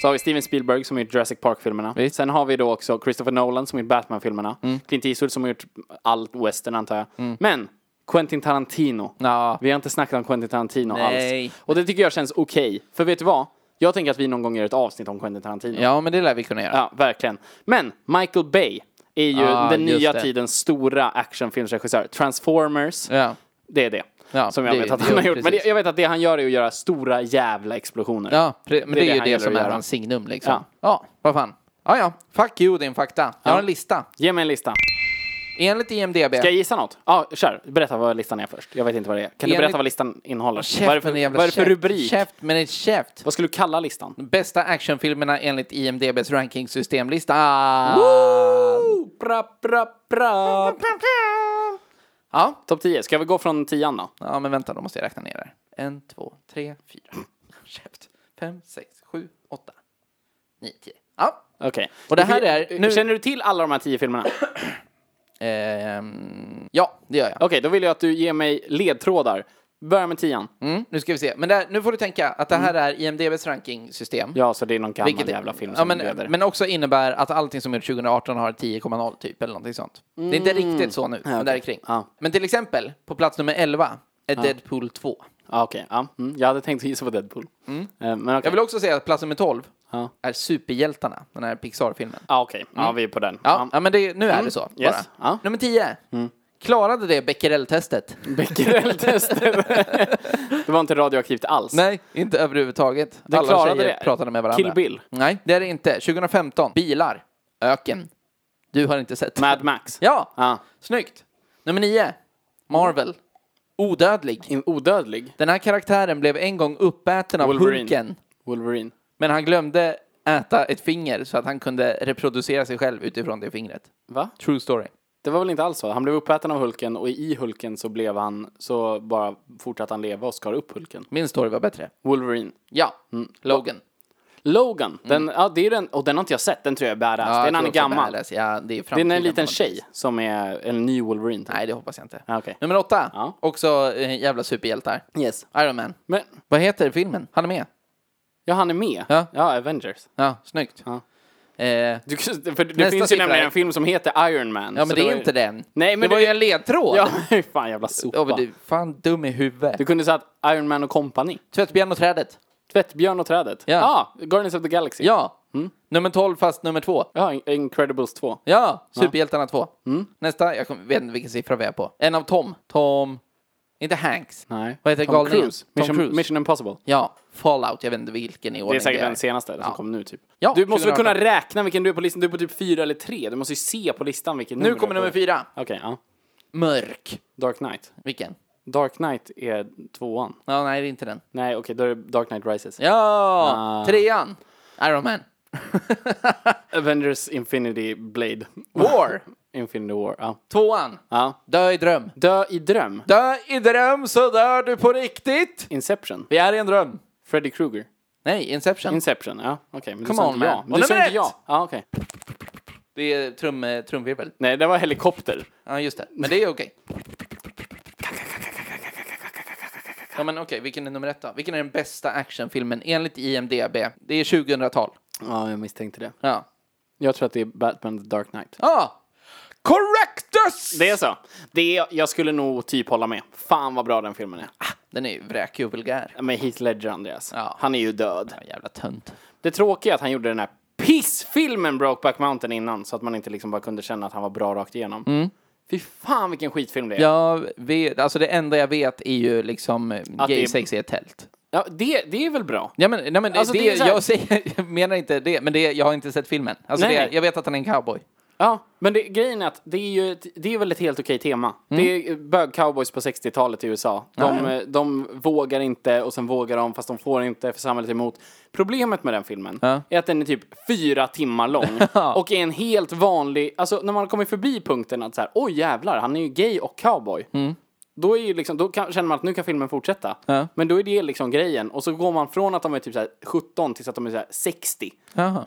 [SPEAKER 3] Så har vi Steven Spielberg som har gjort Jurassic Park-filmerna.
[SPEAKER 2] Mm. Visst. Mm.
[SPEAKER 3] Sen har vi då också Christopher Nolan som har gjort Batman-filmerna. Clint Eastwood som har gjort allt western antar jag. Men Quentin Tarantino.
[SPEAKER 2] Ja.
[SPEAKER 3] Vi har inte snackat om Quentin Tarantino
[SPEAKER 2] Nej.
[SPEAKER 3] alls. Och det tycker jag känns okej. För vet du vad? Jag tänker att vi någon gång gör ett avsnitt om Quentin Tarantino.
[SPEAKER 2] Ja, men det lär vi kunna göra.
[SPEAKER 3] Ja, verkligen. Men Michael Bay är ju
[SPEAKER 2] Ah,
[SPEAKER 3] den
[SPEAKER 2] just
[SPEAKER 3] nya
[SPEAKER 2] det.
[SPEAKER 3] tidens stora actionfilmsregissör. Transformers.
[SPEAKER 2] Ja.
[SPEAKER 3] Det är det.
[SPEAKER 2] Ja,
[SPEAKER 3] som jag
[SPEAKER 2] det-
[SPEAKER 3] vet att
[SPEAKER 2] det-
[SPEAKER 3] han har gjort. Men det,
[SPEAKER 2] precis.
[SPEAKER 3] jag vet att det han gör är att göra stora jävla explosioner.
[SPEAKER 2] Ja, pre- men det, är ju
[SPEAKER 3] han
[SPEAKER 2] det
[SPEAKER 3] gillar
[SPEAKER 2] som
[SPEAKER 3] att
[SPEAKER 2] är
[SPEAKER 3] göra.
[SPEAKER 2] hans signum liksom.
[SPEAKER 3] Ja.
[SPEAKER 2] Ja, vad fan. Ja, ja. Fuck you din fakta. Jag har en lista.
[SPEAKER 3] Ge mig en lista.
[SPEAKER 2] Enligt IMDB.
[SPEAKER 3] Ska jag gissa något? Ja, kör. Berätta vad listan är först. Jag vet inte vad det är. Kan du
[SPEAKER 2] Enligt-
[SPEAKER 3] berätta vad listan innehåller?
[SPEAKER 2] Käft,
[SPEAKER 3] vad är det för,
[SPEAKER 2] men jävla
[SPEAKER 3] vad är det för
[SPEAKER 2] käft.
[SPEAKER 3] rubrik?
[SPEAKER 2] Käft, men det är käft.
[SPEAKER 3] Vad skulle du kalla listan?
[SPEAKER 2] Bästa actionfilmerna enligt IMDBs rankingsystemlista.
[SPEAKER 3] Bra, bra, bra.
[SPEAKER 2] Ja.
[SPEAKER 3] Topp 10. Ska vi gå från 10 då?
[SPEAKER 2] ja, men vänta, då måste jag räkna ner här. En, två, tre, fyra, käft, fem, sex, sju, åtta, nio, tio. Ja.
[SPEAKER 3] Okej.
[SPEAKER 2] Och det här är- nu-
[SPEAKER 3] Känner du till alla de här 10 filmerna? Okej,
[SPEAKER 2] Ehm, ja, det gör jag.
[SPEAKER 3] då vill jag att du ger mig ledtrådar. Börja med 10
[SPEAKER 2] Mm, nu ska vi se. Men där, nu får du tänka att det här är IMDBs rankingsystem.
[SPEAKER 3] Ja, så det är någon gammal
[SPEAKER 2] Vilket-
[SPEAKER 3] jävla film som
[SPEAKER 2] ja, men,
[SPEAKER 3] leder.
[SPEAKER 2] men också innebär att allting som är 2018 har 10,0 typ eller någonting sånt. Det är inte riktigt så nu, men där är kring.
[SPEAKER 3] Mm. Ja.
[SPEAKER 2] Men till exempel, på plats nummer 11 är Deadpool 2.
[SPEAKER 3] Ah, Okej, ja. Mm. Jag hade tänkt gissa på Deadpool. Eh, Men okej.
[SPEAKER 2] Mm. Jag vill också säga att plats nummer 12
[SPEAKER 3] Ja.
[SPEAKER 2] är Superhjältarna, den här Pixar-filmen.
[SPEAKER 3] Ja, Ah, okej. Ja, vi är på den.
[SPEAKER 2] Mm. Ja, ja, men det, nu är det så.
[SPEAKER 3] Yes.
[SPEAKER 2] Bara.
[SPEAKER 3] Ja. Mm.
[SPEAKER 2] Nummer 10. Klarade det Becquerel-testet?
[SPEAKER 3] Becquerel-testet. det var inte radioaktivt alls.
[SPEAKER 2] Nej, inte överhuvudtaget.
[SPEAKER 3] Det
[SPEAKER 2] Alla
[SPEAKER 3] klarade
[SPEAKER 2] tjejer
[SPEAKER 3] det.
[SPEAKER 2] pratade med varandra.
[SPEAKER 3] Kill Bill.
[SPEAKER 2] Nej, det är det inte. 2015. Bilar. Öken. Du har inte sett.
[SPEAKER 3] Mad Max.
[SPEAKER 2] Ja,
[SPEAKER 3] Ja.
[SPEAKER 2] snyggt. Nummer 9. Marvel. Odödlig.
[SPEAKER 3] In- Odödlig.
[SPEAKER 2] Den här karaktären blev en gång uppäten av
[SPEAKER 3] Wolverine.
[SPEAKER 2] Hulken.
[SPEAKER 3] Wolverine.
[SPEAKER 2] Men han glömde äta ett finger så att han kunde reproducera sig själv utifrån det fingret.
[SPEAKER 3] Va?
[SPEAKER 2] True story.
[SPEAKER 3] Det var väl inte alls så? Han blev uppäten av Hulken och i Hulken så blev han, så bara fortsatte han leva och skar upp Hulken.
[SPEAKER 2] Min story var bättre.
[SPEAKER 3] Wolverine.
[SPEAKER 2] Ja,
[SPEAKER 3] Mm.
[SPEAKER 2] Logan.
[SPEAKER 3] Logan. Den, ja, det är den, och den har inte jag sett. Den tror jag är badass.
[SPEAKER 2] Mm. Ja,
[SPEAKER 3] den
[SPEAKER 2] jag
[SPEAKER 3] han
[SPEAKER 2] tror
[SPEAKER 3] är
[SPEAKER 2] också
[SPEAKER 3] gammal.
[SPEAKER 2] badass. Ja, det är
[SPEAKER 3] Det är
[SPEAKER 2] framtiden
[SPEAKER 3] en
[SPEAKER 2] på
[SPEAKER 3] liten
[SPEAKER 2] något
[SPEAKER 3] tjej
[SPEAKER 2] vis.
[SPEAKER 3] som är en ny Wolverine. typ.
[SPEAKER 2] Nej, det hoppas jag inte.
[SPEAKER 3] Ja, okej.
[SPEAKER 2] Nummer åtta.
[SPEAKER 3] Ja.
[SPEAKER 2] Också eh, jävla superhjältar.
[SPEAKER 3] Yes.
[SPEAKER 2] Iron Man.
[SPEAKER 3] Men,
[SPEAKER 2] Vad heter filmen? Han är med.
[SPEAKER 3] ja han är med.
[SPEAKER 2] Ja.
[SPEAKER 3] Avengers.
[SPEAKER 2] Ja, snyggt.
[SPEAKER 3] Ja.
[SPEAKER 2] Eh,
[SPEAKER 3] Du, för det
[SPEAKER 2] Nästa
[SPEAKER 3] finns ju
[SPEAKER 2] siffra
[SPEAKER 3] nämligen
[SPEAKER 2] är-
[SPEAKER 3] en film som heter Iron Man.
[SPEAKER 2] ja,
[SPEAKER 3] så
[SPEAKER 2] men det är
[SPEAKER 3] var ju-
[SPEAKER 2] inte den.
[SPEAKER 3] Nej, men
[SPEAKER 2] det var
[SPEAKER 3] det-
[SPEAKER 2] ju en ledtråd.
[SPEAKER 3] Ja, men fan jävla sopa.
[SPEAKER 2] Ja, men du, fan dum i huvudet.
[SPEAKER 3] Du kunde säga att Iron Man och Company.
[SPEAKER 2] Tvättbjörn och trädet.
[SPEAKER 3] Tvättbjörn och trädet.
[SPEAKER 2] Ja.
[SPEAKER 3] Ah, Guardians of the Galaxy.
[SPEAKER 2] Ja.
[SPEAKER 3] Mm.
[SPEAKER 2] Nummer 12 fast nummer 2.
[SPEAKER 3] Ja, In- Incredibles 2.
[SPEAKER 2] Ja, Superhjältarna 2.
[SPEAKER 3] Mm.
[SPEAKER 2] Nästa, jag kommer- vet inte vilken siffra vi är på. En av Tom. Tom... Inte Hanks.
[SPEAKER 3] Nej.
[SPEAKER 2] Vad heter
[SPEAKER 3] Tom
[SPEAKER 2] galningen?
[SPEAKER 3] Cruise.
[SPEAKER 2] Tom
[SPEAKER 3] Mission,
[SPEAKER 2] Cruise.
[SPEAKER 3] Mission Impossible.
[SPEAKER 2] Ja, Fallout. Jag vet inte vilken i
[SPEAKER 3] Det
[SPEAKER 2] ordning
[SPEAKER 3] är säkert den senaste som kom nu typ.
[SPEAKER 2] Ja,
[SPEAKER 3] du måste väl
[SPEAKER 2] 2018.
[SPEAKER 3] kunna räkna vilken du är på listan? Du är på typ fyra eller tre. Du måste ju se på listan vilken
[SPEAKER 2] Nu kommer nummer fyra.
[SPEAKER 3] Okej, ja.
[SPEAKER 2] Mörk.
[SPEAKER 3] Dark Knight.
[SPEAKER 2] Vilken?
[SPEAKER 3] Dark Knight är tvåan.
[SPEAKER 2] Ja, nej, det är inte den.
[SPEAKER 3] Nej, okej, då är det Dark Knight Rises.
[SPEAKER 2] Ja!
[SPEAKER 3] Ah.
[SPEAKER 2] Trean! Iron Man.
[SPEAKER 3] Avengers Infinity Blade.
[SPEAKER 2] War!
[SPEAKER 3] Infinity War, ja.
[SPEAKER 2] Tvåan.
[SPEAKER 3] ja.
[SPEAKER 2] Dö i dröm.
[SPEAKER 3] Dö i dröm.
[SPEAKER 2] Dö i dröm så dör du på riktigt.
[SPEAKER 3] Inception.
[SPEAKER 2] Vi är i en dröm.
[SPEAKER 3] Freddy Krueger.
[SPEAKER 2] Nej, Inception.
[SPEAKER 3] Inception, ja. Okej, men du
[SPEAKER 2] Come
[SPEAKER 3] sa
[SPEAKER 2] on,
[SPEAKER 3] inte ja.
[SPEAKER 2] man.
[SPEAKER 3] Men
[SPEAKER 2] Och
[SPEAKER 3] Du sa
[SPEAKER 2] nummer
[SPEAKER 3] inte ja.
[SPEAKER 2] ett!
[SPEAKER 3] Ja, okej.
[SPEAKER 2] det är trum, eh, trumvirvel.
[SPEAKER 3] Nej, det var helikopter.
[SPEAKER 2] Ja, just det. Men det är okej. Ja, men okej. Vilken är nummer ett då? Vilken är den bästa actionfilmen enligt IMDB? Det är 2000-tal.
[SPEAKER 3] Ja, jag misstänkte det.
[SPEAKER 2] Ja.
[SPEAKER 3] Jag tror att det är Batman The Dark Knight.
[SPEAKER 2] Ja! Correctus!
[SPEAKER 3] Det är så. Det är, jag skulle nog typ hålla med. Fan vad bra den filmen är.
[SPEAKER 2] Den är ju vräkig och vulgär.
[SPEAKER 3] Ja, Men Heath Ledger, Andreas.
[SPEAKER 2] Ja.
[SPEAKER 3] Han är ju död.
[SPEAKER 2] Jävla tönt.
[SPEAKER 3] Det tråkiga är att han gjorde den här pissfilmen Brokeback Mountain innan så att man inte liksom bara kunde känna att han var bra rakt igenom. Fy fan vilken skitfilm det är.
[SPEAKER 2] Jag vet, alltså det enda jag vet är ju liksom eh,
[SPEAKER 3] det
[SPEAKER 2] gay
[SPEAKER 3] är-
[SPEAKER 2] sex i ett tält.
[SPEAKER 3] Ja, det, det är väl bra?
[SPEAKER 2] Ja, men, nej, men det,
[SPEAKER 3] Alltså,
[SPEAKER 2] det,
[SPEAKER 3] det är så här-
[SPEAKER 2] jag, säger, jag menar inte det, men det, jag har inte sett filmen. Alltså
[SPEAKER 3] Nej.
[SPEAKER 2] det, jag vet att han är en cowboy.
[SPEAKER 3] Ja, men det, grejen är att det är ju ett, det är väl ett helt okej tema. Det är bög-cowboys på 60-talet i USA. De, eh, de vågar inte och sen vågar de fast de får inte för samhället är emot. Problemet med den filmen är att den är typ fyra timmar lång och är en helt vanlig, alltså när man kommer förbi punkten att så här, oj jävlar, han är ju gay och cowboy. Då, är ju liksom, då kan, känner man att nu kan filmen fortsätta. Men då är det liksom grejen. Och så går man från att de är typ så här 17 tills att de är så här 60.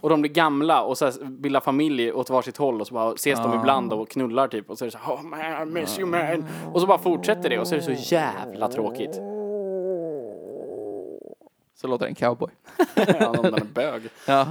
[SPEAKER 3] Och de blir gamla och så här bildar familj åt varsitt håll och så bara ses de ibland och knullar typ. Och så är det så här, oh man, I miss you man. Och så bara fortsätter det och så är det så jävla tråkigt.
[SPEAKER 2] Så låter en cowboy.
[SPEAKER 3] Ja, de där är bög.
[SPEAKER 2] Ja.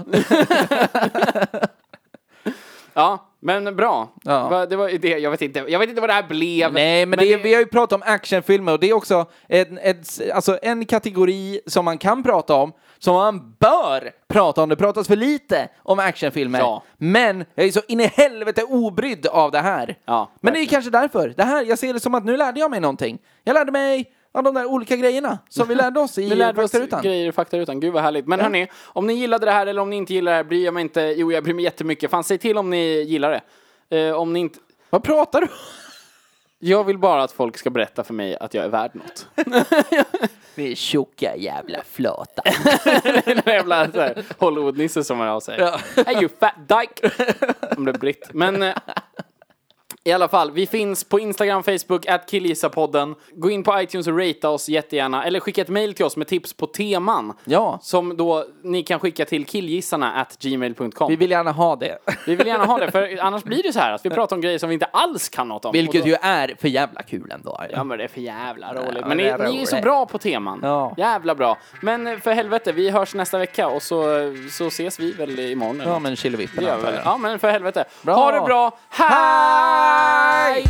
[SPEAKER 3] Ja, men bra.
[SPEAKER 2] Ja.
[SPEAKER 3] Va- Det var ju det, jag vet inte, jag vet inte vad det här blev.
[SPEAKER 2] Nej, men, det, vi har ju pratat om actionfilmer och det är också en, en, alltså en kategori som man kan prata om, som man bör prata om. Det pratas för lite om actionfilmer.
[SPEAKER 3] Ja.
[SPEAKER 2] Men jag är så in i helvete obrydd av det här.
[SPEAKER 3] Ja,
[SPEAKER 2] men det är kanske därför. Det här, jag ser det som att nu lärde jag mig någonting. Jag lärde mig av de där olika grejerna som vi lärde oss i
[SPEAKER 3] Vi lärde oss
[SPEAKER 2] faktarutan.
[SPEAKER 3] grejer i faktarutan. Gud vad härligt. Men hörni, om ni gillade det här eller om ni inte gillar det här bryr jag mig inte. Jo, jag bryr mig jättemycket. Fan, säg till om ni gillar det. Eh, om ni inte...
[SPEAKER 2] Vad pratar du om?
[SPEAKER 3] Jag vill bara att folk ska berätta för mig att jag är värd något.
[SPEAKER 2] Vi är tjocka jävla flata.
[SPEAKER 3] Den där jävla så här Hollywood-nisse som jag säger. Hey you fat dyke! Om det är britt. Men eh, i alla fall, vi finns på Instagram, Facebook, at killgissapodden. Gå in på iTunes och ratea oss jättegärna. Eller skicka ett mail till oss med tips på teman.
[SPEAKER 2] Ja.
[SPEAKER 3] Som då ni kan skicka till killgissarna at gmail.com.
[SPEAKER 2] Vi vill gärna ha det.
[SPEAKER 3] Vi vill gärna ha det, för annars blir det så här att vi pratar om grejer som vi inte alls kan något om. Och
[SPEAKER 2] Vilket
[SPEAKER 3] då,
[SPEAKER 2] ju är för jävla kul ändå.
[SPEAKER 3] Ja men det är för jävla roligt.
[SPEAKER 2] Ja,
[SPEAKER 3] Men ni,
[SPEAKER 2] det är
[SPEAKER 3] ni är så
[SPEAKER 2] roligt.
[SPEAKER 3] bra på teman.
[SPEAKER 2] Ja.
[SPEAKER 3] Jävla bra. Men eh, för helvete, vi hörs nästa vecka och så, så ses vi väl imorgon. eller
[SPEAKER 2] Ja,
[SPEAKER 3] något.
[SPEAKER 2] men
[SPEAKER 3] Det
[SPEAKER 2] chillevippen
[SPEAKER 3] gör vi väl. Ja men för helvete.
[SPEAKER 2] Bra.
[SPEAKER 3] Ha det bra. Hej!